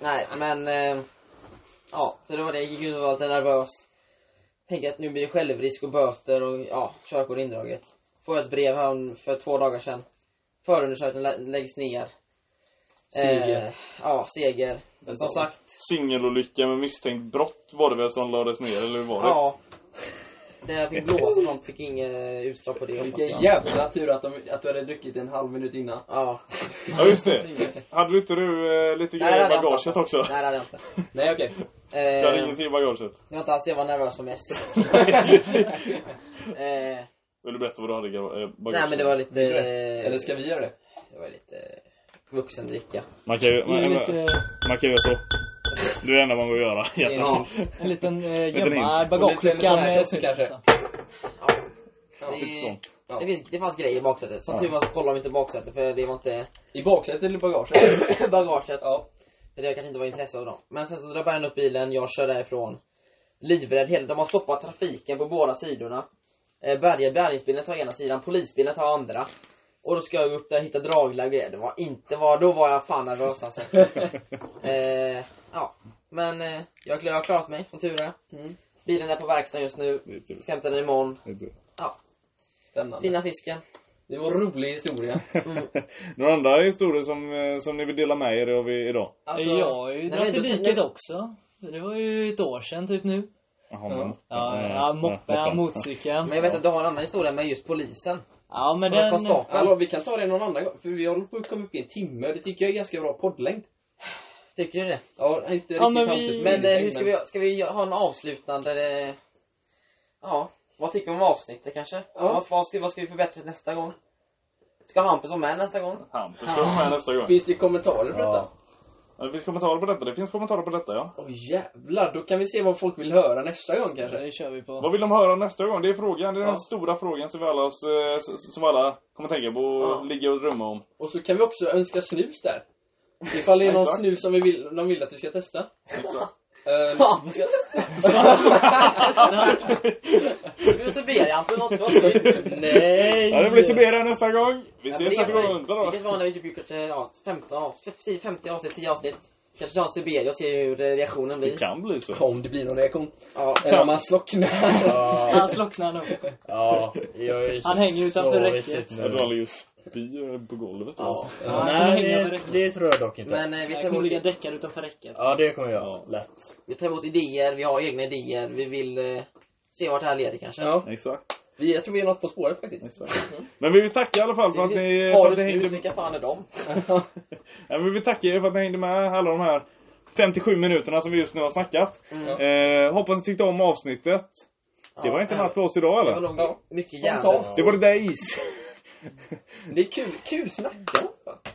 Nej, men... Eh, ja, så det var det. Jag gick ut och var lite nervös. Tänkte att nu blir det självrisk och böter och ja, körkort indraget. Får jag ett brev här om- för två dagar sedan. Förundersökningen lä- läggs ner.
Seger.
Eh, ja, seger. Som sagt.
Singelolycka med misstänkt brott var det väl som lades ner, eller hur var det?
Ja. Det jag fick blåsa och sånt fick inget utslag på det hoppas
Vilken
jag.
jävla tur att, de, att du hade druckit en halv minut innan.
Ja.
Ja, just det. Hade du inte du eh, lite
Nej, det
grejer i
hade jag inte.
bagaget också?
Nej, det hade jag inte.
Nej okej.
Du hade
Eh,
ingenting i bagaget?
det var inte alls det jag var nervös för mest.
(laughs)
eh,
Vill du berätta vad du hade i gar- eh, bagaget?
nej, men det var lite... eh,
Eller ska vi göra det?
Det var lite vuxendricka.
Man kan ju, man,
En, lite,
man kan ju göra så. Det är det enda man behöver göra. egentligen.
Ja.
en liten eh,
Liten
gömma
hint.
Och lite sån
bagageluckan.
här
eh,
också kanske.
så.
Typ
Det,
sånt.
det, finns, det fanns grejer i baksätet. Som
Ja.
tur var så kollade de inte baksätet för det var inte
I baksätet
(coughs)
eller bagaget?
bagaget.
ja.
För det kanske inte var intresse av dem. Men sen så drar Bergen upp bilen, jag kör därifrån. Livrädd hela De har stoppat trafiken på båda sidorna. Eh, Berge, bärgningsbilen tar ena sidan, polisbilen tar andra. Och då ska jag upp där och hitta draglar och grejer. Det var inte var, då var jag fan nervös alltså. eh, ja. Men eh, jag, jag har klarat mig, som tur är.
Mm.
Bilen är på verkstaden just nu.
Det är tur.
Ska hämta den imorgon.
Det är tur.
Spännande.
Fina fisken.
Det var en rolig historia.
(laughs)
Mm.
Några andra historier som, eh, som ni vill dela med er av i- idag?
Alltså,
jag har ju
nej,
dragit i
men då-
diket
nu-
också. Det var ju ett år sedan typ nu.
Jaha,
Ja.
men-
Ja,
eh,
ja,
moppen.
moppen, motorcykeln.
Men jag vet att du har en annan historia med just polisen.
Ja, men
Och
den... (laughs)
konstapeln.
Hallå, vi kan ta det någon annan gång. För vi håller på att komma upp i en timme. Det tycker jag är ganska bra poddlängd.
Tycker du det?
Ja, inte
Ja,
riktigt
men vi-
Hampus
Men eh,
Billesläng,
hur ska vi, ska vi ha en avslutande... Eh, ja, vad tycker vi om avsnittet kanske? Vad, vad, ska, vad ska vi förbättra till nästa gång? Ska Hampus vara med nästa gång?
Hampus ska vara med nästa gång.
Finns det kommentarer på detta?
Ja. Ja, Det finns kommentarer på detta. Det finns kommentarer på detta, ja.
Åh jävlar, då kan vi se vad folk vill höra nästa gång kanske.
Det kör vi på.
Vad vill de höra nästa gång? Det är frågan. Det är
Ja.
den stora frågan som vi alla, oss, eh, s- som alla kommer tänka på och
Ja.
ligga och drömma om.
Och så kan vi också önska snus där. Ifall det är någon
Exakt.
snus som vi vill, de vill att vi ska testa.
(laughs)
Ehm,
Ja, vi ska Vi serverar inte något så Nej!
Ja, det blir Sibirien nästa gång! Vi
Ja, men
ses
det
nästa
gör vi.
gång! Då
Det
då.
kanske var när vi typ gjorde kanske ja, 15 avsnitt, 10, 50 avsnitt, 10 avsnitt. Kanske ta en Siberia och se hur eh, reaktionen blir.
Det kan bli så.
om det blir någon reaktion.
Ja,
Eller om man slocknar.
Ja,
Han slocknar nog.
ja, jag är
Han hänger utanför
så
räcket.
riktigt nu.
Jag drar ju spy eh, på golvet. då, alltså.
ja.
Ja, han
Nej,
kommer hänga på
det,
räcket.
det tror jag dock inte.
Men eh, vi
Jag
tar
kommer
emot
ligga däckad utanför räcket.
Ja, det kommer jag.
Ja.
Lätt.
Vi tar emot idéer, vi har egna idéer, vi vill eh, se vart det här leder kanske.
ja.
Exakt,
vi, jag tror vi är något på spåret faktiskt.
exakt. Men vi vill tacka i alla fall för att ni, för
har
att ni
du snus,
hängde
vilka fan är de?
Ja, men vi tackar er för att ni hängde med alla de här 57 minuterna som vi just nu har snackat.
Mm.
Eh, hoppas ni tyckte om avsnittet. Det var inte
ja,
natt för oss idag
Det var
eller?
nog
Ja.
mycket
Spontant.
jävligt.
Det var det där is.
Det är kul, kul snacka.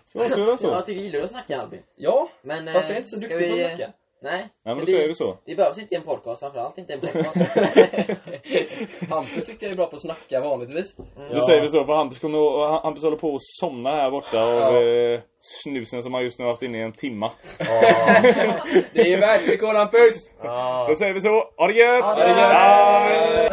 Ska vi avsluta
Ja,
så?
jag tycker gillar du typ att snacka Albin.
Ja,
Men,
fast
eh,
jag är inte så
ska
duktig på
vi,
att snacka.
Nej.
Ja men
det,
då säger du så.
det behövs inte i en podcast, framförallt
(laughs)
inte i en podcast.
(laughs) Hampus tycker jag är bra på att snacka vanligtvis.
Nu säger vi så för Hampus, kommer, att- Hampus håller på att somna här borta av eh, snusen som han just nu har haft inne i en timma.
Det är världsrekord Hampus!
Ja.
Då säger vi så. Ha det gött!
Ha det gött!
Hej!